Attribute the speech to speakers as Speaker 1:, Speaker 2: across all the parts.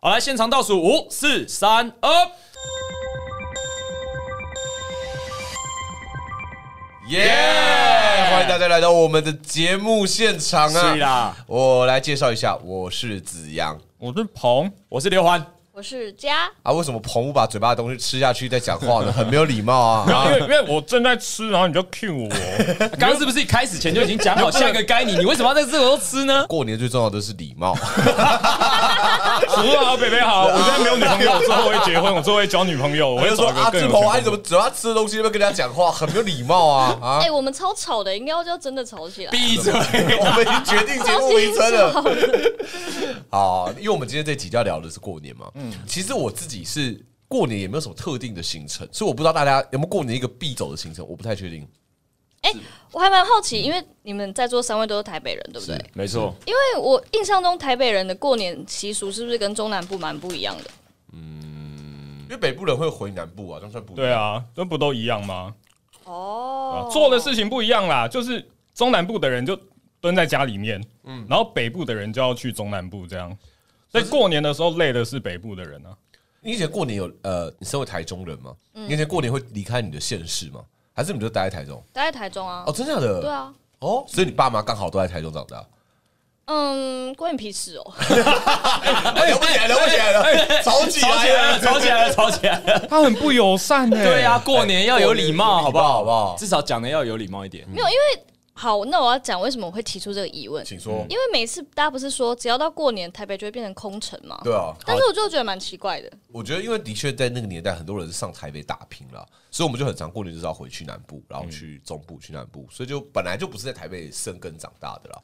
Speaker 1: 好，来现场倒数五、四、三、二。
Speaker 2: 耶！欢迎大家来到我们的节目现场
Speaker 1: 是
Speaker 2: 啊！
Speaker 1: 啦，
Speaker 2: 我来介绍一下，我是子阳
Speaker 3: 我是鹏，
Speaker 1: 我是刘欢，
Speaker 4: 我是佳，
Speaker 2: 啊。为什么彭不把嘴巴的东西吃下去再讲话呢？很 没有礼貌啊！
Speaker 3: 因为因为我正在吃，然后你就 cue 我，
Speaker 1: 刚刚是不是一开始前就已经讲好下一个该你，你为什么要在这时候吃呢？
Speaker 2: 过年最重要的是礼貌。
Speaker 3: 叔叔好，北北啊好，我现在没有女朋友，我之后会结婚，我之后会交女朋友，
Speaker 2: 啊
Speaker 3: 我
Speaker 2: 我就
Speaker 3: 会
Speaker 2: 说
Speaker 3: 找一
Speaker 2: 啊，
Speaker 3: 个更
Speaker 2: 志
Speaker 3: 有
Speaker 2: 鹏
Speaker 3: 钱
Speaker 2: 啊，
Speaker 3: 的
Speaker 2: 你怎么嘴巴吃的东西在那边跟人家讲话，很没有礼貌 啊！啊
Speaker 4: 哎、，我们超吵的，应该要真的吵起来。
Speaker 1: 闭嘴！
Speaker 2: 我们已经决定节
Speaker 4: 超
Speaker 2: 目名
Speaker 4: 清
Speaker 2: 称了。
Speaker 4: 楚，
Speaker 2: 好，因为我们今天这集就要聊的是过年嘛。嗯，其实我自己是过年也没有什么特定的行程，所以我不知道大家有没有过年一个必走的行程，我不太确定。
Speaker 4: 我还蛮好奇，因为你们在座三位都是台北人，对不
Speaker 2: 嗯
Speaker 4: 对？
Speaker 1: 没错，
Speaker 4: 因为我印象中台北人的过年习俗是不是跟中南部蛮不一样的？
Speaker 2: 因为北部人会回南部啊，这样算不一样
Speaker 3: 对啊，这不都一样吗？
Speaker 4: 哦
Speaker 3: 啊做的事情不一样啦，就是中南部的人就蹲在家里面，嗯，然后北部的人就要去中南部这样，所以过年的时候累的是北部的人啊，
Speaker 2: 你以前过年有呃，你身为台中人吗？
Speaker 4: 嗯
Speaker 2: 你以前过年会离开你的县市吗？还是你就待在台中？
Speaker 4: 待在台中啊
Speaker 2: 哦，。真的假的？
Speaker 4: 对。啊，
Speaker 2: 哦，所以你爸妈刚好都在台中长 大。
Speaker 4: 嗯，关你屁事哦。
Speaker 1: 哎
Speaker 2: 聊哎不起来，聊不起啊来了，吵起
Speaker 1: 吵起来了，吵起来了，吵起来了！
Speaker 3: 他很不友善 欸呢、
Speaker 1: 对啊，，过年要有礼貌，好不好？
Speaker 2: 好不好？
Speaker 1: 至少讲的要有礼貌一点。
Speaker 4: 没有，因为好，那我要讲为什么我会提出这个疑问，
Speaker 2: 请说。
Speaker 1: 嗯
Speaker 4: 因为每次大家不是说只要到过年，台北就会变成空城嘛。
Speaker 2: 对啊，
Speaker 4: 但是我就觉得蛮奇怪的。
Speaker 2: 我觉得因为的确在那个年代，很多人是上台北打拼了，所以我们就很常过年就是要回去南部，然后去中部、去南部，所以就本来就不是在台北生根长大的啦。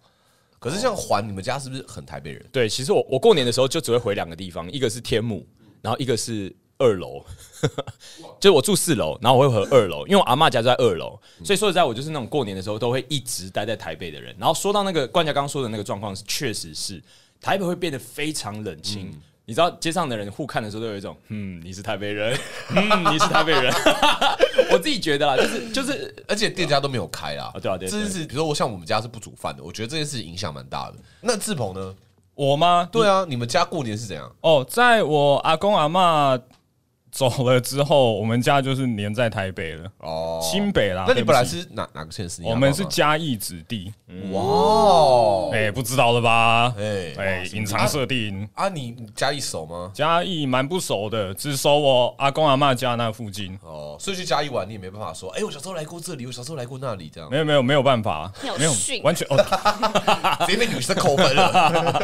Speaker 2: 可是像环，你们家是不是很台北人？
Speaker 1: 对，其实我我过年的时候就只会回两个地方，一个是天母，然后一个是二楼， 就是我住四楼，然后我会回二楼，因为我阿嬷家就在二楼，所以说实在我就是那种过年的时候都会一直待在台北的人。然后说到那个冠家刚刚说的那个状况，确实是台北会变得非常冷清。你知道街上的人互看的时候，都有一种嗯，你是台北人， 嗯，你是台北人。 我自己觉得啦，就是就是
Speaker 2: 而且店家都没有开啦。
Speaker 1: 啊对啊对啊
Speaker 2: 这件事，比如说我像我们家是不煮饭的，我觉得这件事情影响蛮大的。那志鹏呢？
Speaker 3: 我吗？
Speaker 2: 对啊，你们家过年是怎样？
Speaker 3: 哦，在我阿公阿嬷走了之后，我们家就是黏在台北了，
Speaker 2: 哦，
Speaker 3: 新北啦。
Speaker 2: 那你
Speaker 3: 对不
Speaker 2: 本
Speaker 3: 起
Speaker 2: 来是哪哪个县市？你
Speaker 3: 我们是
Speaker 2: 知道吗
Speaker 3: 嘉义子弟，
Speaker 2: 哇哦，
Speaker 3: 哎，不知道了吧？
Speaker 2: 哎
Speaker 3: 哎，隐藏设定。
Speaker 2: 啊，你你家一熟吗？
Speaker 3: 嘉义蛮不熟的，只熟我阿公阿嬷家那附近。
Speaker 2: 哦，所以去嘉义玩，你也没办法说，哎，我小时候来过这里，我小时候来过那里，这样
Speaker 3: 没有没有没有办法
Speaker 4: 你好，
Speaker 3: 没有
Speaker 4: 逊
Speaker 3: 完全哦，
Speaker 2: 直接被女生扣分 了。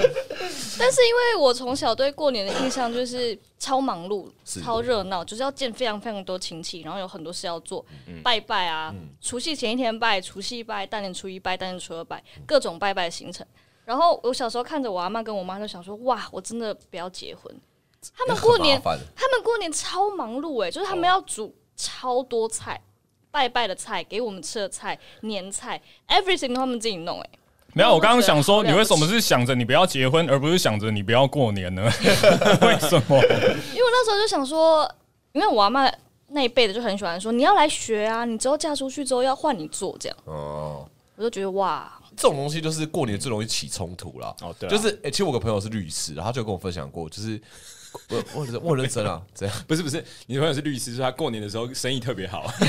Speaker 4: 但是因为我从小对过年的印象就是超忙碌、
Speaker 2: 是
Speaker 4: 超热闹，就是要见非常非常多亲戚，然后有很多事要做，
Speaker 2: 嗯
Speaker 4: 拜拜啊，除夕前一天拜，除夕拜，大年初一拜，大年初二拜，各种拜拜的行程。然后我小时候看着我阿妈跟我妈，就想说，哇，我真的不要结婚。他们过 年
Speaker 2: 很麻烦
Speaker 4: 他们过年超忙碌哎、就是他们要煮超多菜，拜拜的菜，给我们吃的菜，年菜，everything 都他们自己弄哎、
Speaker 3: 没有。我刚刚想说，
Speaker 4: 我觉
Speaker 3: 你
Speaker 4: 得好了
Speaker 3: 为
Speaker 4: 不起
Speaker 3: 什么是想着你不要结婚，而不是想着你不要过年呢？ 为什么？
Speaker 4: 因为我那时候就想说，因为我阿妈那一辈的就很喜欢说，你要来学啊，你之后嫁出去之后要换你做这样，
Speaker 2: 哦，
Speaker 4: 我就觉得 哇，
Speaker 2: 这种东西就是过年最容易起冲突啦。
Speaker 1: 哦对啊
Speaker 2: 就是哎，其实我有个朋友是律师，然后他就跟我分享过，就是我我很认我很认真啊，这样。
Speaker 1: 不是不是，你的朋友是律师，所以他过年的时候生意特别好，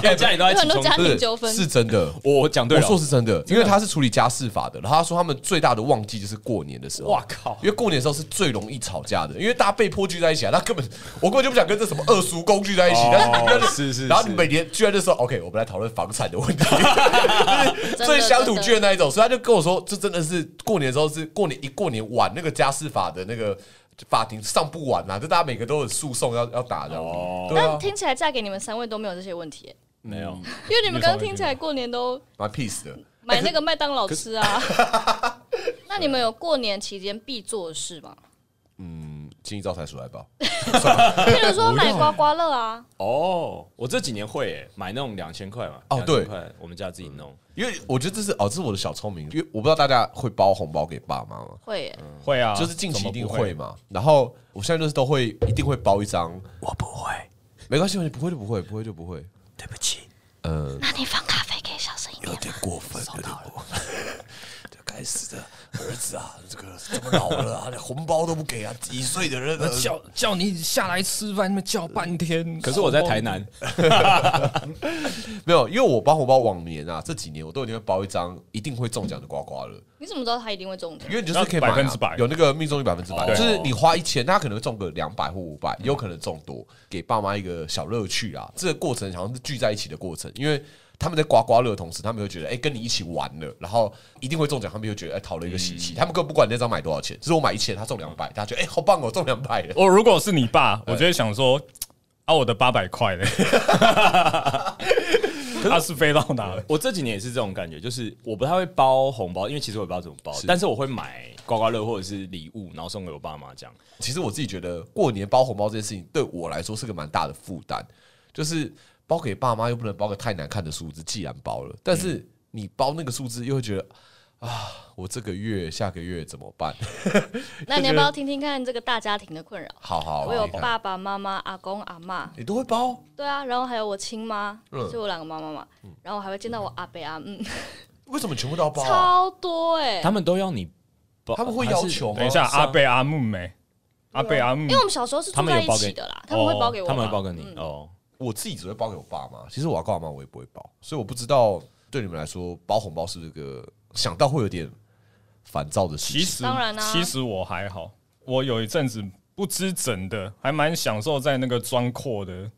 Speaker 1: 两家里都在
Speaker 4: 有
Speaker 1: 起
Speaker 4: 很多
Speaker 1: 冲突
Speaker 4: 家。
Speaker 2: 不
Speaker 4: 庭
Speaker 2: 是
Speaker 4: 纠纷
Speaker 2: 是真的，
Speaker 1: 我讲对啊
Speaker 2: 我
Speaker 1: 了，哦
Speaker 2: 说是真的，因为他是处理家事法的，然后他说他们最大的旺季就是过年的时候。
Speaker 1: 哇靠
Speaker 2: 因为过年的时候是最容易吵架的，因为大家被迫聚在一起啊，他根本我根本就不想跟这什么二叔公聚在一起，但是你跟
Speaker 1: 哦是是
Speaker 2: 然后
Speaker 1: 是
Speaker 2: 你每年居然就说 OK，我们来讨论房产的问题，就是最乡土剧的那一种，所以他就跟我说，这真的是过年的时候是过年一过年晚那个家事法的那个法庭上不完啊，就大家每个都有诉讼要要打这样子，
Speaker 1: 哦
Speaker 2: 对
Speaker 4: 但
Speaker 2: 啊，
Speaker 4: 听起来嫁给你们三位都没有这些问题、欸，
Speaker 1: 没
Speaker 2: 嗯
Speaker 1: 有，
Speaker 4: 因为你们刚刚听起来过年都
Speaker 2: 蛮 peace 的。
Speaker 4: 买那个麦当劳吃啊。那你们有过年期间必做的事 吗？
Speaker 2: 嗯，金一招财鼠来宝，
Speaker 4: 譬如说买刮刮乐啊，
Speaker 1: 哦，我这几年会诶、买那种两千块嘛。
Speaker 2: 哦对
Speaker 1: 2000
Speaker 2: 嗯
Speaker 1: 块我们家自己弄。
Speaker 2: 因为我觉得这是哦，这是我的小聪明，因为我不知道大家会包红包给爸妈吗？
Speaker 4: 会、欸，
Speaker 2: 嗯
Speaker 3: 会啊，
Speaker 2: 就是近期一定
Speaker 3: 怎么不
Speaker 2: 会。嘛。然后我现在就是都会一定会包一张，
Speaker 1: 我不会，
Speaker 2: 没关系，你不会就不会，不会就不会。
Speaker 1: 对不起，
Speaker 4: 那你放咖啡可以小声一点。
Speaker 2: 有点过分，有点过分。 该死的儿子啊，这个怎么老了啊，连红包都不给啊，几岁的人了啊
Speaker 3: 叫叫你下来吃饭，那么叫半天。
Speaker 1: 可是我在台南，
Speaker 2: 没有，因为我包红包往年啊，这几年我都一定会包一张一定会中奖的刮刮乐，
Speaker 4: 你怎么知道他一定会中奖
Speaker 2: 因？为你就是可以
Speaker 3: 那
Speaker 2: 买啊
Speaker 3: 百分之百
Speaker 2: 有那个命中率百分之百，
Speaker 3: 哦
Speaker 2: 就是你花一千，他可能会中个两百或五百，也有可能中多，给爸妈一个小乐趣啦。这个过程好像是聚在一起的过程，因为。他们在刮刮乐的同时，他们会觉得，哎、跟你一起玩了，然后一定会中奖，他们就觉得，哎、讨了一个喜气。
Speaker 3: 嗯
Speaker 2: 他们根本不管那张买多少钱，只是我买一千，他中两百，他觉得，哎、好棒哦，中两百了。
Speaker 3: 我如果是你爸，
Speaker 2: 哎
Speaker 3: 我就会想说，啊，我的八百块嘞， 他是飞到哪了？
Speaker 1: 我这几年也是这种感觉，就是我不太会包红包，因为其实我也不知道怎么包，但是我会买刮刮乐或者是礼物，然后送给我爸妈这样。
Speaker 2: 其实我自己觉得，过年包红包这件事情对我来说是个蛮大的负担，就是包给爸妈又不能包个太难看的数字，既然包了，但是嗯你包那个数字又会觉得啊，我这个月、下个月怎么办？
Speaker 4: 那你要不要听听看这个大家庭的困扰？
Speaker 2: 好好，
Speaker 4: 我有
Speaker 2: 你看，
Speaker 4: 爸爸妈妈、阿公阿妈，
Speaker 2: 你都会包，
Speaker 4: 对啊，然后还有我亲妈，
Speaker 2: 嗯
Speaker 4: 就我两个妈妈嘛，然后我还会见到我阿伯阿姆，
Speaker 2: 为什么全部都要包啊？
Speaker 4: 超多哎、
Speaker 1: 他们都要你包，
Speaker 2: 他们会要
Speaker 1: 还是
Speaker 2: 求吗？
Speaker 3: 哦等一下，
Speaker 2: 是啊
Speaker 3: 阿，贝阿木没？阿贝阿木
Speaker 4: 因为我们小时候是
Speaker 1: 他
Speaker 4: 住
Speaker 1: 们
Speaker 4: 在
Speaker 1: 有
Speaker 4: 一
Speaker 1: 包给
Speaker 4: 起的啦，他们会包给我吧，
Speaker 1: 他们会包给你
Speaker 4: 嗯
Speaker 1: 哦。
Speaker 2: 我自己只会包给我爸妈，其实我阿公阿妈我也不会包，所以我不知道对你们来说包红包是不是个想到会有点烦躁的事
Speaker 3: 其
Speaker 2: 情。
Speaker 3: 实，
Speaker 4: 当然啊
Speaker 3: 其实我还好，我有一阵子不知怎的，还蛮享受在那个装阔的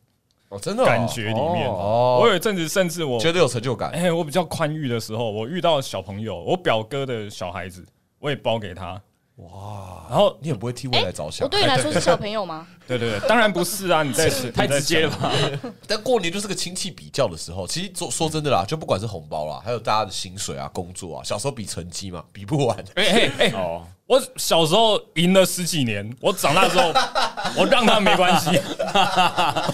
Speaker 2: 哦，真的哦
Speaker 3: 感觉里面。
Speaker 2: 哦，
Speaker 3: 我
Speaker 2: 哦
Speaker 3: 有一阵子，甚至我
Speaker 2: 觉得有成就感。
Speaker 3: 哎、我比较宽裕的时候，我遇到小朋友，我表哥的小孩子，我也包给他。哇！然后，
Speaker 2: 你也不会替未来着想。啊
Speaker 4: 哦我对你来说是小朋 友吗？
Speaker 3: 对对对，当然不是啊，你在
Speaker 1: 太直接了？
Speaker 3: 你在
Speaker 1: 吧？
Speaker 2: 但过年就是个亲戚比较的时候，其实说说真的啦，就不管是红包啦，还有大家的薪水啊、工作啊，小时候比成绩嘛，比不完。
Speaker 3: 哎哎哎！
Speaker 2: 嗯
Speaker 1: 哦，
Speaker 3: 我小时候赢了十几年，我长大之后，我让他没关系，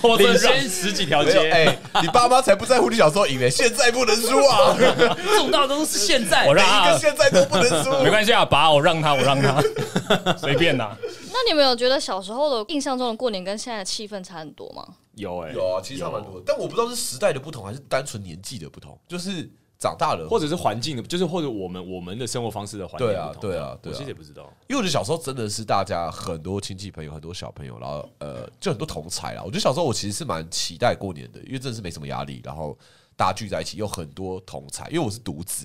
Speaker 3: 我真
Speaker 1: 领
Speaker 3: 的让
Speaker 1: 先 十几条
Speaker 2: 没有
Speaker 1: 街，
Speaker 2: 哎、你爸妈才不在乎你小时候 赢嘞，现在不能输啊，每
Speaker 1: 中到的都是现在
Speaker 3: 我让
Speaker 2: 一个
Speaker 3: 他
Speaker 2: 现在都不能输。
Speaker 3: 没关系啊，爸，我让他，我让他， 随便啦。
Speaker 4: 那你们有觉得小时候的印象中的过年跟现在的气氛差很多吗？
Speaker 1: 有哎，
Speaker 2: 有啊，其实差蛮多的，但我不知道是时代的不同，还是单纯年纪的不同，就是长大了，
Speaker 1: 或者是环境的，就是或者我们我们的生活方式的环境
Speaker 2: 对啊
Speaker 1: 不同
Speaker 2: 对啊对啊
Speaker 1: 我其实也不知道。
Speaker 2: 因为我觉得小时候真的是大家很多亲戚朋友、很多小朋友，然后呃，就很多同才啦。我觉得小时候我其实是蛮期待过年的，因为真的是没什么压力，然后大家聚在一起，有很多同才。因为我是独子，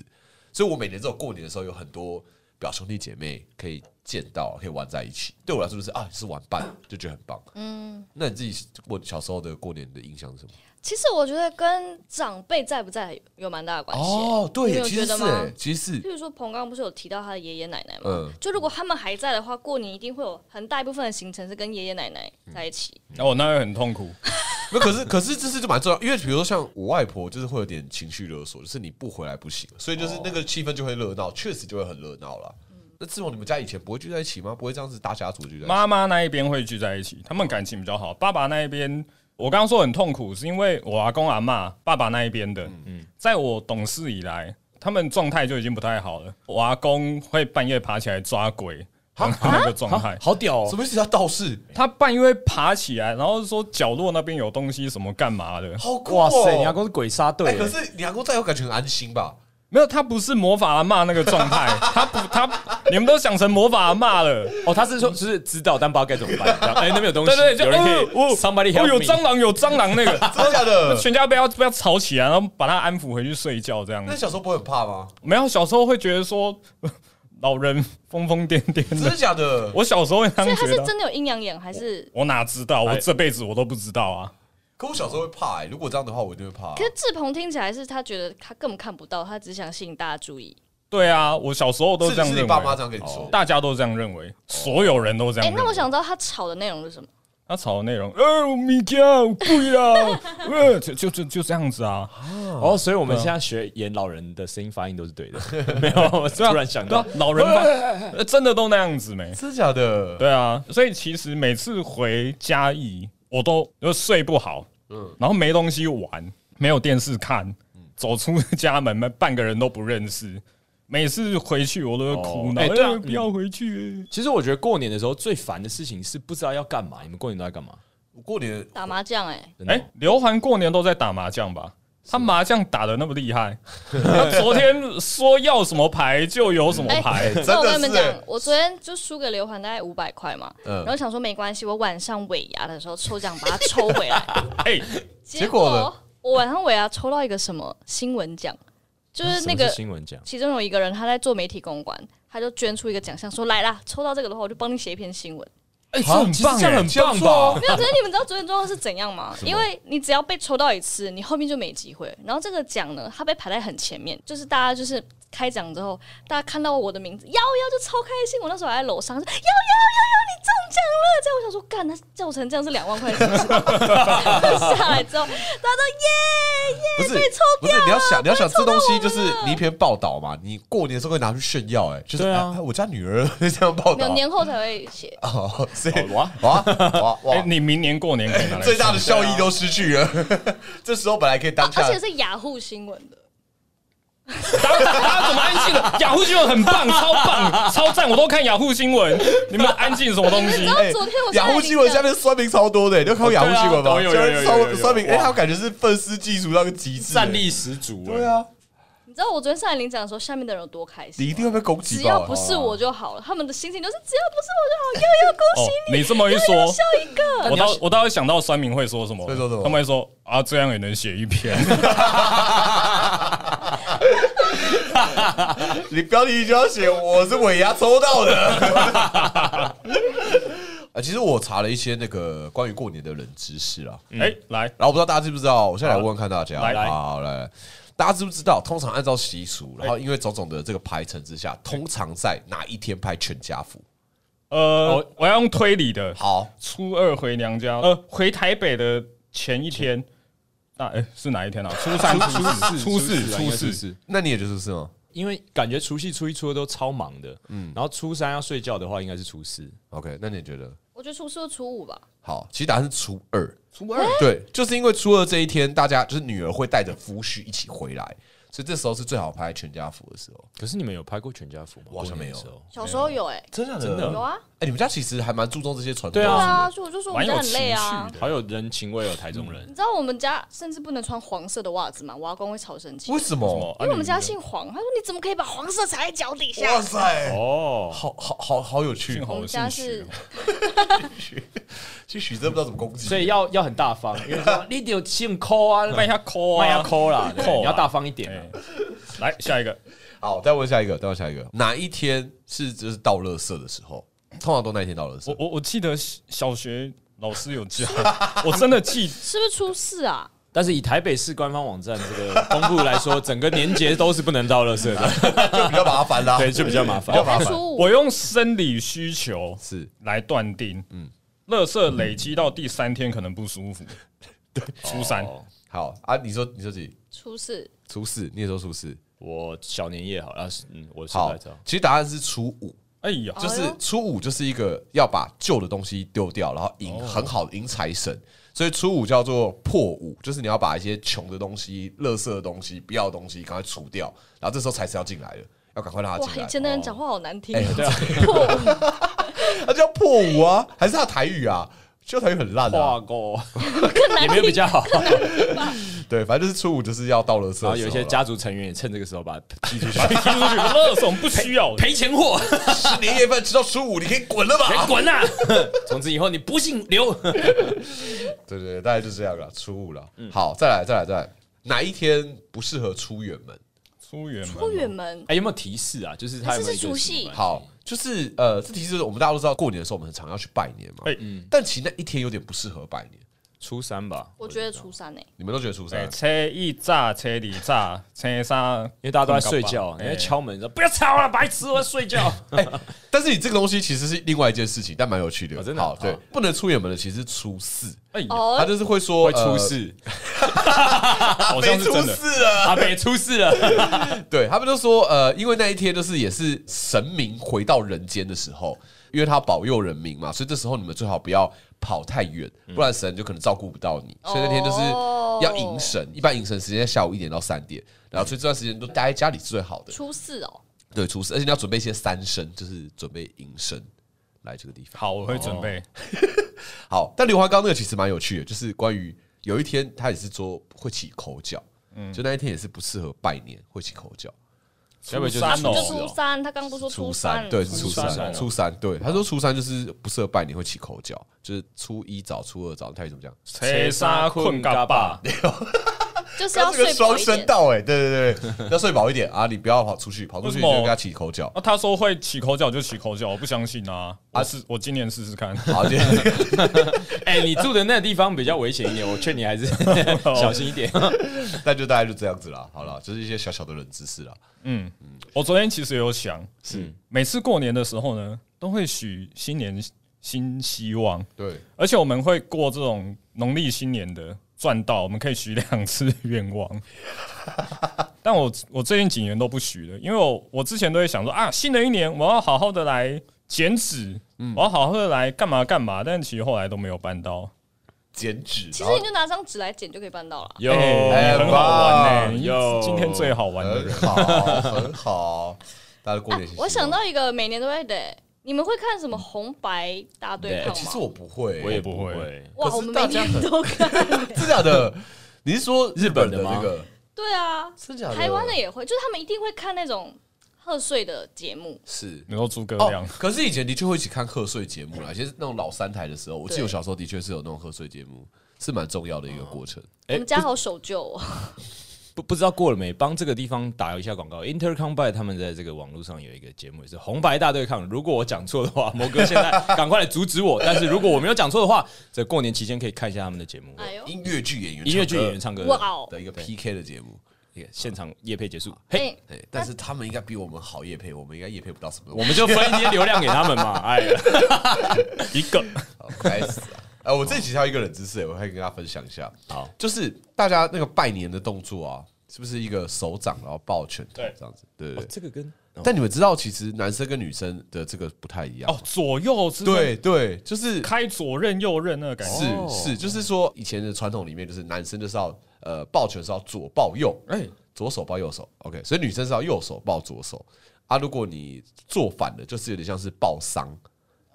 Speaker 2: 所以我每年只有过年的时候有很多表兄弟姐妹可以见到，可以玩在一起。对我来说就是啊，是玩伴，就觉得很棒。嗯，那你自己过小时候的过年的印象是什么？
Speaker 4: 其实我觉得跟长辈在不在有蛮大的关系。欸
Speaker 2: 哦，对
Speaker 4: 你
Speaker 2: 耶，
Speaker 4: 有
Speaker 2: 其
Speaker 4: 觉
Speaker 2: 实
Speaker 4: 得
Speaker 2: 是
Speaker 4: 吗
Speaker 2: 耶，其实
Speaker 4: 譬
Speaker 2: 是
Speaker 4: 如说，彭刚不是有提到他的爷爷奶奶吗？
Speaker 2: 嗯
Speaker 4: 就如果他们还在的话，过年一定会有很大一部分的行程是跟爷爷奶奶在一起。
Speaker 1: 嗯
Speaker 3: 然哦后我那会很痛苦，
Speaker 2: 那可是可是这次就蛮重要，因为比如说像我外婆，就是会有点情绪勒索，就是你不回来不行，所以就是那个气氛就会热闹，确实就会很热闹啦。
Speaker 4: 嗯
Speaker 2: 那志勇，你们家以前不会聚在一起吗？不会这样子大家族聚在一起？
Speaker 3: 妈妈那一边会聚在一起，他们感情比较好。爸爸那一边，我刚刚说很痛苦，是因为我阿公阿嬷爸爸那一边的，在我懂事以来，他们状态就已经不太好了。我阿公会半夜爬起来抓鬼，然后那个状态。
Speaker 1: 好屌哦
Speaker 2: 什！么意思？他道士，
Speaker 3: 他半夜会爬起来，然后说角落那边有东西，什么干嘛的？
Speaker 2: 好酷、哦！
Speaker 1: 哇塞，你阿公是鬼杀队
Speaker 2: 哎、
Speaker 1: 欸，
Speaker 2: 可是你阿公在我感觉很安心 吧？
Speaker 3: 没有，他不是魔法阿嬷那个状态，他不，他你们都想成魔法阿嬷了。
Speaker 1: 哦，他是说就是知道，但不知道该怎么办。这样哎，那边有东西，
Speaker 3: 对对，就
Speaker 1: 有人可以
Speaker 3: 哦哦
Speaker 1: ，somebody
Speaker 3: 哦
Speaker 1: help
Speaker 3: 有
Speaker 1: me
Speaker 3: 蟑螂，有蟑螂那个，
Speaker 2: 真的假的？
Speaker 3: 全家不要不要吵起来，然后把他安抚回去睡觉这样
Speaker 2: 那
Speaker 3: 子。
Speaker 2: 小时候不会很怕吗？
Speaker 3: 没有，小时候会觉得说老人疯疯癫癫
Speaker 2: 真
Speaker 3: 的
Speaker 2: 的，假的？
Speaker 3: 我小时候会这
Speaker 4: 所以
Speaker 3: 样
Speaker 4: 他
Speaker 3: 觉
Speaker 4: 是
Speaker 3: 得。
Speaker 4: 真的有阴阳眼，还是？
Speaker 3: 我哪知道？
Speaker 1: 哎
Speaker 3: 我这辈子我都不知道啊！
Speaker 2: 可我小时候会怕哎、如果这样的话，我一定会怕、
Speaker 4: 可是志鹏听起来是他觉得他根本看不到，他只想吸引大家注意。
Speaker 3: 对啊，我小时候都
Speaker 2: 是
Speaker 3: 这样
Speaker 2: 是
Speaker 3: 认
Speaker 2: 你
Speaker 3: 为。哦
Speaker 2: 爸妈这样跟你说？
Speaker 3: 大家都这样认为，所有人都这
Speaker 4: 哎、
Speaker 3: 样认为。
Speaker 4: 那我想知道他吵的内容是什么？
Speaker 3: 他吵的内容，呃，米家贵啦， 呃，就就就就这样子啊。
Speaker 1: 哦，所以我们现在学演老人的声音发音都是对的，没有，我突
Speaker 3: 对啊
Speaker 1: 然想
Speaker 3: 对啊
Speaker 1: 到，，
Speaker 3: 老人吧，呃真的都那样子没？
Speaker 2: 真的假的？
Speaker 3: 对啊，所以其实每次回嘉义，我都就睡不好，
Speaker 1: 嗯
Speaker 3: 然后没东西玩，没有电视看，走出家门，半个人都不认识。每次回去我都会哭
Speaker 1: 哦
Speaker 3: 闹，
Speaker 1: 哎对啊
Speaker 3: 哎不要回去。
Speaker 1: 其实我觉得过年的时候最烦的事情是不知道要干嘛。你们过年都在干嘛？
Speaker 2: 我过年
Speaker 4: 打麻将哎、
Speaker 1: 真的
Speaker 3: 哎，刘环过年都在打麻将吧？他麻将打的那么厉害，他昨天说要什么牌就有什么牌，
Speaker 2: 真
Speaker 4: 那我跟你
Speaker 2: 的
Speaker 4: 们
Speaker 2: 是
Speaker 4: 讲
Speaker 2: 欸，
Speaker 4: 我昨天就输给刘环大概五百块嘛，
Speaker 2: 嗯
Speaker 4: 然后想说没关系，我晚上尾牙的时候抽奖把它抽回来。
Speaker 3: 哎、
Speaker 4: 结
Speaker 2: 果呢
Speaker 4: 我晚上尾牙抽到一个什么新闻奖，就是那
Speaker 1: 什么
Speaker 4: 个
Speaker 1: 是新闻奖，
Speaker 4: 其中有一个人他在做媒体公关，他就捐出一个奖项，说来啦，抽到这个的话，我就帮你写一篇新闻。
Speaker 3: 哎、这很
Speaker 2: 其实
Speaker 3: 棒、
Speaker 2: 这样
Speaker 3: 哎
Speaker 2: 很棒吧
Speaker 3: 不错
Speaker 4: 没有，可是你们知道昨天状况是怎样吗？因为你只要被抽到一次，你后面就没机会。然后这个奖呢，它被排在很前面，就是大家就是开奖之后，大家看到我的名字，幺幺就超开心。我那时候还在楼上，说幺幺幺幺，你中奖了！这样我想说，干，那叫成这样是两万块是不是？下来之后，大家都耶耶，
Speaker 2: 不是
Speaker 4: 被抽
Speaker 2: 不是，你要想你要想这东西就是你一篇报道嘛，你过年的时候会拿去炫耀，哎，就是
Speaker 1: 对啊
Speaker 2: 哎哎我家女儿 这样报
Speaker 4: 没
Speaker 2: 道
Speaker 4: 有，年后才会写。
Speaker 2: 哦，所以
Speaker 1: 哇，
Speaker 2: 哇哇
Speaker 3: 哎、
Speaker 2: 哇，
Speaker 3: 你明年过年可以拿来
Speaker 2: 啊最大的效益
Speaker 3: 对啊
Speaker 2: 都失去了， 这时候本来可以当
Speaker 4: 啊而
Speaker 2: 下
Speaker 4: 且是雅虎新闻的，
Speaker 3: 大家大家怎么安静的？雅虎新闻很棒，超棒，超赞，我都看雅虎新闻。你们安静什么东西
Speaker 4: 你知？道
Speaker 2: 哎
Speaker 4: 昨天我
Speaker 2: 雅虎新闻下面酸民超多的、你就看过雅虎新闻
Speaker 1: 对
Speaker 2: 吗？
Speaker 1: 啊都有有有有有
Speaker 2: 下面超
Speaker 1: 有
Speaker 2: 酸民，哎、
Speaker 1: 哇
Speaker 2: 他感觉是愤世嫉俗到个极致、
Speaker 1: 战力十足，
Speaker 2: 对，啊，
Speaker 4: 你知道我昨天上来领奖的时候，下面的人有多开心
Speaker 2: 你
Speaker 4: 吗？
Speaker 2: 一定会被攻击
Speaker 4: 只
Speaker 2: 到、
Speaker 4: 要
Speaker 2: 哎
Speaker 4: 不是我就好了，他们的心情都是只要不是我就好，又要
Speaker 3: 哦
Speaker 4: 恭喜，
Speaker 3: 你这么一
Speaker 4: 你，又
Speaker 3: 说，
Speaker 4: 笑一个。
Speaker 3: 我倒我倒会想到酸民会说什么？
Speaker 2: 会说什么
Speaker 3: 他们会说啊，这样也能写一篇。
Speaker 2: 你标题就要写我是尾牙抽到的。 啊，其实我查了一些那个关于过年的冷知识啦，
Speaker 3: 哎，来，
Speaker 2: 然后我不知道大家知不知道，我现在来问问看大家，
Speaker 3: 来来
Speaker 2: 好来来大家知不知道？通常按照习俗，然后因为种种的这个排程之下，通常在哪一天拍全家福？
Speaker 3: 呃，我要用推理的。
Speaker 2: 好，
Speaker 3: 初二回娘家，呃，回台北的前一天，那哎是哪一天啊？初三、初四、初四、
Speaker 2: 啊
Speaker 3: 初四。
Speaker 1: 四，
Speaker 2: 那你也就是是吗
Speaker 1: 因为感觉除夕、初一、初二都超忙的，嗯，然后初三要睡觉的话，应该是初四，
Speaker 2: ？OK，那你觉得？
Speaker 4: 我觉得初四或初五吧，
Speaker 2: 好，其实答案是初二。初二对，就是因为初二这一天，大家就是女儿会带着夫婿一起回来，所以这时候是最好拍全家福的时候。
Speaker 1: 可是你们有拍过全家福吗？
Speaker 2: 我好像
Speaker 1: 过年的
Speaker 2: 没有
Speaker 1: 时候
Speaker 4: 小时候有哎，
Speaker 2: 真的
Speaker 1: 真的
Speaker 4: 有啊，
Speaker 2: 哎、你们家其实还蛮注重这些传统。
Speaker 1: 对
Speaker 4: 对
Speaker 1: 啊
Speaker 4: 啊，所以我就说我们家
Speaker 3: 蛮有
Speaker 4: 很累啊
Speaker 3: 情。
Speaker 1: 好有人情味哦，台中人
Speaker 4: 你。知道我们家甚至不能穿黄色的袜子吗？我阿公会超生气
Speaker 2: 为，什么？
Speaker 4: 因为我们家姓黄，他说你怎么可以把黄色踩在脚底
Speaker 2: 哇
Speaker 4: 下？
Speaker 2: 塞，
Speaker 1: 哦，
Speaker 2: 好好好好有趣
Speaker 3: 幸。好
Speaker 4: 我们家是
Speaker 2: 其实许真不知道怎么攻击，
Speaker 1: 所以要要很大方，因为 说你得欠抠啊，
Speaker 3: 卖一下 抠
Speaker 1: 卖
Speaker 3: 啊
Speaker 1: 要，抠啦， 对
Speaker 3: 扣啦
Speaker 1: 你要大方一点啊
Speaker 3: 哎。来下一个，
Speaker 2: 好，再问下一个，再问下一个，哪一天是就是倒垃圾的时候？通常都那一天倒垃圾
Speaker 3: 我。我我记得小学老师有教， 我真的记
Speaker 4: 是不是初四啊？
Speaker 1: 但是以台北市官方网站这个公布来说，整个年节都是不能到垃圾的，
Speaker 2: 就比较麻烦 啦。
Speaker 1: 对，就比较麻
Speaker 2: 比较
Speaker 1: 烦。
Speaker 2: 麻
Speaker 4: 还
Speaker 2: 烦
Speaker 4: 是初五
Speaker 3: 我？用生理需求
Speaker 2: 是
Speaker 3: 来断定，嗯，垃圾累积到第三天可能不舒服，对，初三
Speaker 1: 哦
Speaker 2: 好啊，你说你说几？
Speaker 4: 初四，
Speaker 2: 初四，你也说初四。
Speaker 1: 我小年夜好了，啊是嗯，我是
Speaker 2: 好
Speaker 1: 在这，
Speaker 2: 其实答案是初五，
Speaker 3: 哎呀，
Speaker 2: 就
Speaker 4: 哎
Speaker 2: 是
Speaker 4: 呦
Speaker 2: 初五就是一个要把旧的东西丢掉，然后迎很好的迎财神，所以初五叫做破五，就是你要把一些穷的东西、垃圾的东西、不要的东西赶快除掉，然后这时候财神要进来了，要赶快让他
Speaker 4: 哇，
Speaker 2: 进
Speaker 4: 以
Speaker 2: 来，
Speaker 4: 前的人讲话好难听
Speaker 2: 哎，
Speaker 1: 对啊，
Speaker 2: 他叫破五啊，还是他台语啊？就台语很烂啊，
Speaker 1: 挂钩 也没有比较 好，
Speaker 2: 对，反正就是初五就是要倒垃圾的时
Speaker 1: 然后
Speaker 2: 候啦，
Speaker 1: 啊有一些家族成员也趁这个时候把它踢 出去，
Speaker 3: 踢出去垃圾我们不需要，
Speaker 1: 赔钱 货，
Speaker 2: 吃年夜饭吃到初五，你可以滚 了吧？
Speaker 1: 滚啊！从此以后你不姓刘，
Speaker 2: 对对对，大概就这样了，初五了。
Speaker 1: 嗯
Speaker 2: 好，再来再来再来，哪一天不适合出远门？
Speaker 3: 出远门，
Speaker 4: 出远门，
Speaker 1: 哎，有没有提示啊？就是他有没有一个
Speaker 4: 还是是除夕
Speaker 1: 什么
Speaker 2: 好，就是呃，这题是我们大家都知道，过年的时候我们很常要去拜年嘛。
Speaker 3: 哎
Speaker 2: 但其实那一天有点不适合拜年，
Speaker 1: 初三吧？
Speaker 4: 我觉得初三欸诶，
Speaker 2: 你们都觉得初
Speaker 3: 哎，
Speaker 2: 三？
Speaker 3: 车一炸，车里炸，车三，
Speaker 1: 因为大家都在睡觉，
Speaker 3: 哎
Speaker 1: 人家敲门说不要吵了，白痴，我在睡 觉。
Speaker 2: 但是你这个东西其实是另外一件事情，但蛮有趣的。
Speaker 1: 哦真的
Speaker 2: 好，对
Speaker 1: 好，
Speaker 2: 不能出远门的其实是初四，
Speaker 3: 哎呀，
Speaker 4: 哦
Speaker 2: 他，就是会说
Speaker 1: 会出，事，
Speaker 2: 呃
Speaker 3: 好哦像是真的
Speaker 2: 没出事了。
Speaker 1: 呃阿北出事了，
Speaker 2: 对他们就说，呃，因为那一天就是也是神明回到人间的时候，因为他保佑人民嘛，所以这时候你们最好不要跑太远，不然神就可能照顾不到你。所以那天就是要迎神，一般迎神时间在下午一点到三点，然后所以这段时间都待在家里是最好的。
Speaker 4: 初四哦，
Speaker 2: 对，厨师，而且你要准备一些三牲，就是准备迎神来这个地方。
Speaker 3: 好，我会准备。
Speaker 2: 好，但刘华刚那个其实蛮有趣的，就是关于有一天他也是说会起口角，就那一天也是不适合拜年，会起口角。
Speaker 1: 该不会就是
Speaker 3: 初三
Speaker 1: 初
Speaker 3: 哦
Speaker 4: 就
Speaker 1: 四
Speaker 4: 初三，他刚不是说
Speaker 2: 初
Speaker 4: 三，
Speaker 2: 对，是初
Speaker 1: 初三
Speaker 2: 三，
Speaker 1: 哦
Speaker 2: 初三，对，他说初三就是不适合拜年会起口角，就是初一早，初二早，泰语怎么 讲？
Speaker 3: 切沙困嘎巴，
Speaker 4: 就是
Speaker 2: 他
Speaker 4: 要
Speaker 2: 是个
Speaker 4: 睡饱
Speaker 2: 双
Speaker 4: 一
Speaker 2: 声
Speaker 4: 点。
Speaker 2: 道，哎，对对对，要睡饱一点啊，你不要跑出去，跑出去你
Speaker 3: 为什么
Speaker 2: 就跟他起口角。
Speaker 3: 那哦他说会起口角就起口角，我不相信啊！我是我今年试试看，
Speaker 2: 好，今天
Speaker 1: 哎，你住的那个地方比较危险一点，我劝你 还是小
Speaker 3: 哦
Speaker 1: 心一 点。
Speaker 2: 那就大概就这样子啦。好了，就是一些小小的冷知识啦。
Speaker 3: 我昨天其实也有想，
Speaker 1: 是
Speaker 3: 每次过年的时候呢，都会许新年新希望，
Speaker 2: 对，
Speaker 3: 而且我们会过这种农历新年的赚到，我们可以许两次愿望。 但我我最近几年都不许了，因为我我之前都会想说啊，新的一年我要好好的来减脂，我要好好的来干嘛干嘛，但其实后来都没有办到。
Speaker 2: 减脂，
Speaker 4: 其
Speaker 2: 然
Speaker 4: 实
Speaker 2: 后
Speaker 4: 你就拿张纸来剪就可以办到了。
Speaker 1: 有
Speaker 3: 哎呃很好玩呢、
Speaker 1: 很棒
Speaker 3: 你今天最好玩的
Speaker 2: 很
Speaker 3: 人。
Speaker 2: 好，很好。大家过年、
Speaker 4: 啊我想，到一个每年都会的，欸你们会看什么红白大对
Speaker 1: 对
Speaker 4: 抗
Speaker 2: 其实
Speaker 4: 吗？
Speaker 2: 我不会、
Speaker 1: 我也
Speaker 3: 不
Speaker 1: 哎不
Speaker 3: 会
Speaker 1: 会。
Speaker 4: 哇，
Speaker 2: 可是
Speaker 4: 我们
Speaker 2: 大
Speaker 4: 每
Speaker 2: 家
Speaker 4: 年都看。
Speaker 2: 真假的？你是说
Speaker 1: 日本的
Speaker 2: 那
Speaker 1: 吗
Speaker 2: 个？
Speaker 4: 对啊，
Speaker 2: 真假的？
Speaker 4: 台湾的也会，就是他们一定会看那种贺岁的节目。
Speaker 2: 是
Speaker 3: 你说诸葛亮
Speaker 2: 哦，，可是以前的确会一起看贺岁节目啦，以前是那种老三台的时候，我记得
Speaker 4: 对
Speaker 2: 我小时候的确是有那种贺岁节目，是蛮重要的一个过程。
Speaker 4: 我
Speaker 1: 哎
Speaker 4: 们家好守旧哦，
Speaker 1: 不不知道过了没？帮这个地方打一下广告。Intercombine 他们在这个网络上有一个节目，也是红白大对抗。如果我讲错的话，摩 哥现在赶快来阻止我。但是如果我没有讲错的话，在过年期间可以看一下他们的节目，
Speaker 4: 哎呦，
Speaker 2: 音乐剧演员，
Speaker 1: 音乐剧演员唱歌
Speaker 4: 哇哦！
Speaker 2: 的一个 PK 的节目，
Speaker 1: 也现场夜配结束。嘿，
Speaker 4: 哎，
Speaker 2: 对，但是他们应该比我们好夜配，我们应该夜配不到什么。
Speaker 1: 我们就分一些流量给他们嘛。哎，
Speaker 3: 一个
Speaker 2: 好开始啊！哎，我这集还有一个冷知识，我可以跟大家分享一下。
Speaker 1: 好，
Speaker 2: 就是大家那个拜年的动作啊，是不是一个手掌然后抱拳头
Speaker 3: 对
Speaker 2: 这样子？对对
Speaker 1: 哦
Speaker 2: 对。
Speaker 1: 这个跟
Speaker 2: 但你们知道，其实男生跟女生的这个不太一样
Speaker 3: 哦，。左右之分
Speaker 2: 对对，就是
Speaker 3: 开左刃右刃那个感觉。
Speaker 2: 是是，就是说以前的传统里面，就是男生就是要呃抱拳是要左抱右，
Speaker 1: 哎
Speaker 2: 左手抱右手，OK，所以女生是要右手抱左手啊。如果你做反了，就是有点像是抱伤，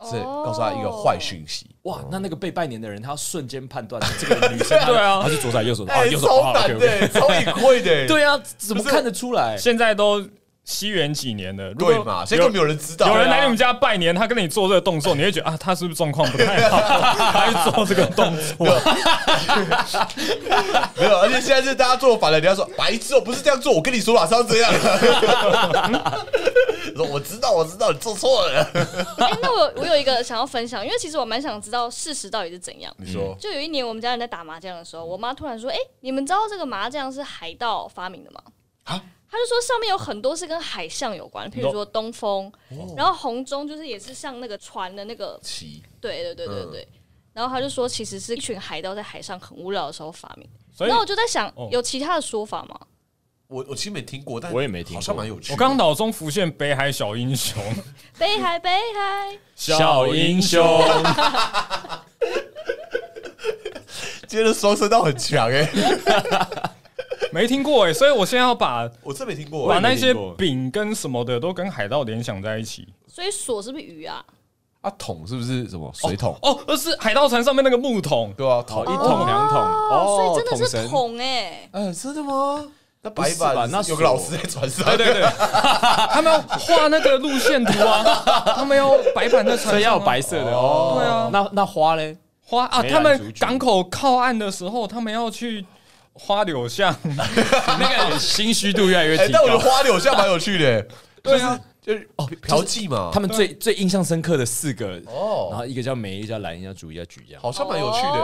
Speaker 2: 是
Speaker 4: 哦
Speaker 2: 告诉他一个坏讯息。
Speaker 1: 哇，那那个被拜年的人，他要瞬间判 断这个女生
Speaker 3: 对啊
Speaker 1: 他是左手还是右手啊，
Speaker 2: 哎，
Speaker 1: 右手
Speaker 2: 超
Speaker 1: 啊
Speaker 2: 难
Speaker 1: OK，OK
Speaker 2: 的，超隐晦 的，
Speaker 1: 对啊，怎么看得出来？
Speaker 3: 现在都西元几年了，如果
Speaker 2: 对嘛？现在根本没有人知道，
Speaker 3: 有人来你
Speaker 2: 对啊
Speaker 3: 们家拜年，他跟你做这个动作，你会觉得啊，他是不是状况不太好？他还做这个动作，
Speaker 2: 没有，而且现在是大家做反了，人家说白痴，我不是这样做，我跟你说啦，是要这样。说我知道，我知道，你做错了。
Speaker 4: 哎，那我我有一个想要分享，因为其实我蛮想知道事实到底是怎样。
Speaker 2: 你说
Speaker 4: 就有一年我们家人在打麻将的时候，我妈突然说：“哎、你们知道这个麻将是海盗发明的吗？”
Speaker 2: 啊
Speaker 4: 她就说上面有很多是跟海象有关，譬如说东风，然后红中就是也是像那个船的那个，
Speaker 2: 奇，
Speaker 4: 对对对对对。然后她就说，其实是一群海盗在海上很无聊的时候发明。
Speaker 3: 所以
Speaker 4: 然后我就在想
Speaker 3: 哦，
Speaker 4: 有其他的说法吗？
Speaker 2: 我我其实没听过，但
Speaker 1: 我也没听过
Speaker 2: 好像蛮有趣的。
Speaker 3: 我刚刚脑中浮现北海小英雄，
Speaker 4: 北海北海，
Speaker 1: 小英雄，
Speaker 2: 今天的双声道很强哎、
Speaker 3: 没听过哎，所以我现在要把
Speaker 2: 我真没听过、
Speaker 3: 把
Speaker 2: 欸。
Speaker 3: 那些
Speaker 1: 过
Speaker 3: 饼跟什么的都跟海盗联想在一起。
Speaker 4: 所以锁是不是鱼啊？
Speaker 2: 啊，桶是不是什么水桶？
Speaker 3: 哦，而是海盗船上面那个木桶，
Speaker 2: 对啊，桶
Speaker 1: 哦一桶两桶
Speaker 4: 哦，
Speaker 1: 哦
Speaker 4: 所以真的
Speaker 1: 桶
Speaker 4: 是
Speaker 1: 神
Speaker 4: 桶哎、
Speaker 1: 呃
Speaker 2: 哎、真的吗？那白
Speaker 1: 不是吧
Speaker 2: 板
Speaker 1: 那
Speaker 2: 是
Speaker 1: 锁
Speaker 2: 有个老师在船上，
Speaker 1: 对对对，
Speaker 3: 他们要画那个路线图啊，他们要白板的船上啊，
Speaker 1: 所以要有白色的哦。
Speaker 3: 对啊
Speaker 1: 那那花嘞？
Speaker 3: 花啊，
Speaker 1: 梅
Speaker 3: 他
Speaker 1: 兰
Speaker 3: 们
Speaker 1: 竹菊
Speaker 3: 港口靠岸的时候，他们要去花 柳巷，
Speaker 1: 那个心虚度越来越
Speaker 2: 哎、
Speaker 1: 提
Speaker 2: 但我觉
Speaker 1: 高
Speaker 2: 得。花柳像蛮有趣的、欸。
Speaker 3: 对啊，
Speaker 2: 就是哦，嫖妓嘛，
Speaker 1: 他们最最印象深刻的四个，
Speaker 2: 哦
Speaker 1: 然后一个叫梅，一个叫蓝，一个叫竹，一个叫菊，这样。
Speaker 2: 好像蛮有趣的、欸。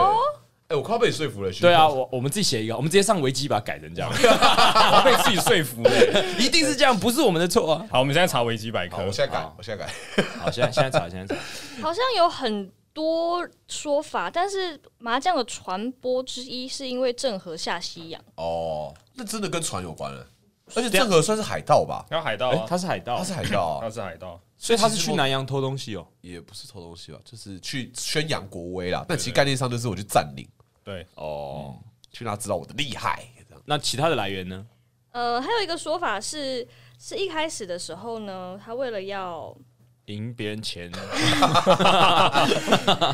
Speaker 2: 哎、
Speaker 4: 哦
Speaker 2: 我快要被你说服了。其实
Speaker 1: 对啊，，我我们自己写一个，我们直接上维基把它改成这样，
Speaker 3: 我被自己说服了。
Speaker 1: 一定是这样，不是我们的错啊。
Speaker 3: 好，我们现在查维基百
Speaker 2: 好，
Speaker 3: 科
Speaker 2: 我，现在改
Speaker 1: 好，
Speaker 2: 我现在改。
Speaker 1: 好，现在现在查，现 在查，
Speaker 4: 好像有很多说法，但是麻将的传播之一是因为郑和下西洋，
Speaker 2: 哦，那真的跟船有关了，而且郑和算是海盗吧？
Speaker 3: 然后海盗
Speaker 1: 哎
Speaker 3: 啊，，
Speaker 1: 他是海盗
Speaker 2: 他，是海盗
Speaker 3: 他
Speaker 2: 啊，
Speaker 1: 哦
Speaker 3: 是海盗，
Speaker 1: 所以他是去南洋偷东西哦。
Speaker 2: 也不是偷东西吧，就是去宣扬国威啦。但其实概念上就是我去占领，嗯
Speaker 3: 对，
Speaker 1: 哦，
Speaker 2: 去让他知道我的厉害，这样
Speaker 1: 那其他的来源呢？
Speaker 4: 呃，还有一个说法是，是一开始的时候呢，他为了要
Speaker 1: 赢别人钱，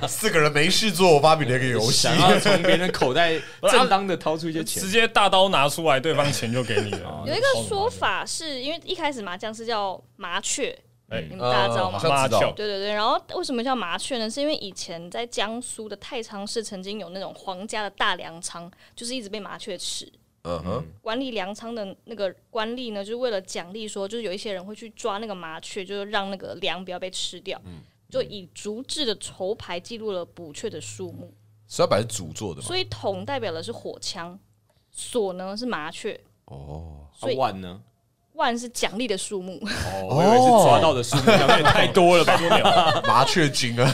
Speaker 2: 四个人没事做，我发明了一个游戏
Speaker 1: 想。要啊从别 人口袋正当的掏出一些钱哦
Speaker 3: 直。接大刀拿出来，对方钱就给你了。
Speaker 4: 有一个说法是因为一开始麻将是叫麻雀，
Speaker 3: 哎
Speaker 4: 你们大家知道
Speaker 2: 嗯哦
Speaker 4: 吗？
Speaker 2: 好像知道
Speaker 3: 麻，
Speaker 4: 对对对，然后为什么叫麻雀呢？是因为以前在江苏的太仓市曾经有那种皇家的大粮仓，就是一直被麻雀吃。
Speaker 2: 嗯哼，
Speaker 4: 管理粮仓的那个官吏呢，就是为了奖励说，就是有一些人会去抓那个麻雀，就是让那个粮不要被吃掉。就以竹制的筹牌记录了捕雀的数目，
Speaker 2: 所以它本来是主做的嘛。
Speaker 4: 所以筒代表的是火枪，锁呢是麻雀，
Speaker 2: 哦，
Speaker 1: 啊万呢？
Speaker 4: 万是奖励的数目。
Speaker 1: 哦，我以为是抓到的数目，想说也太多了吧？
Speaker 2: 麻雀精啊，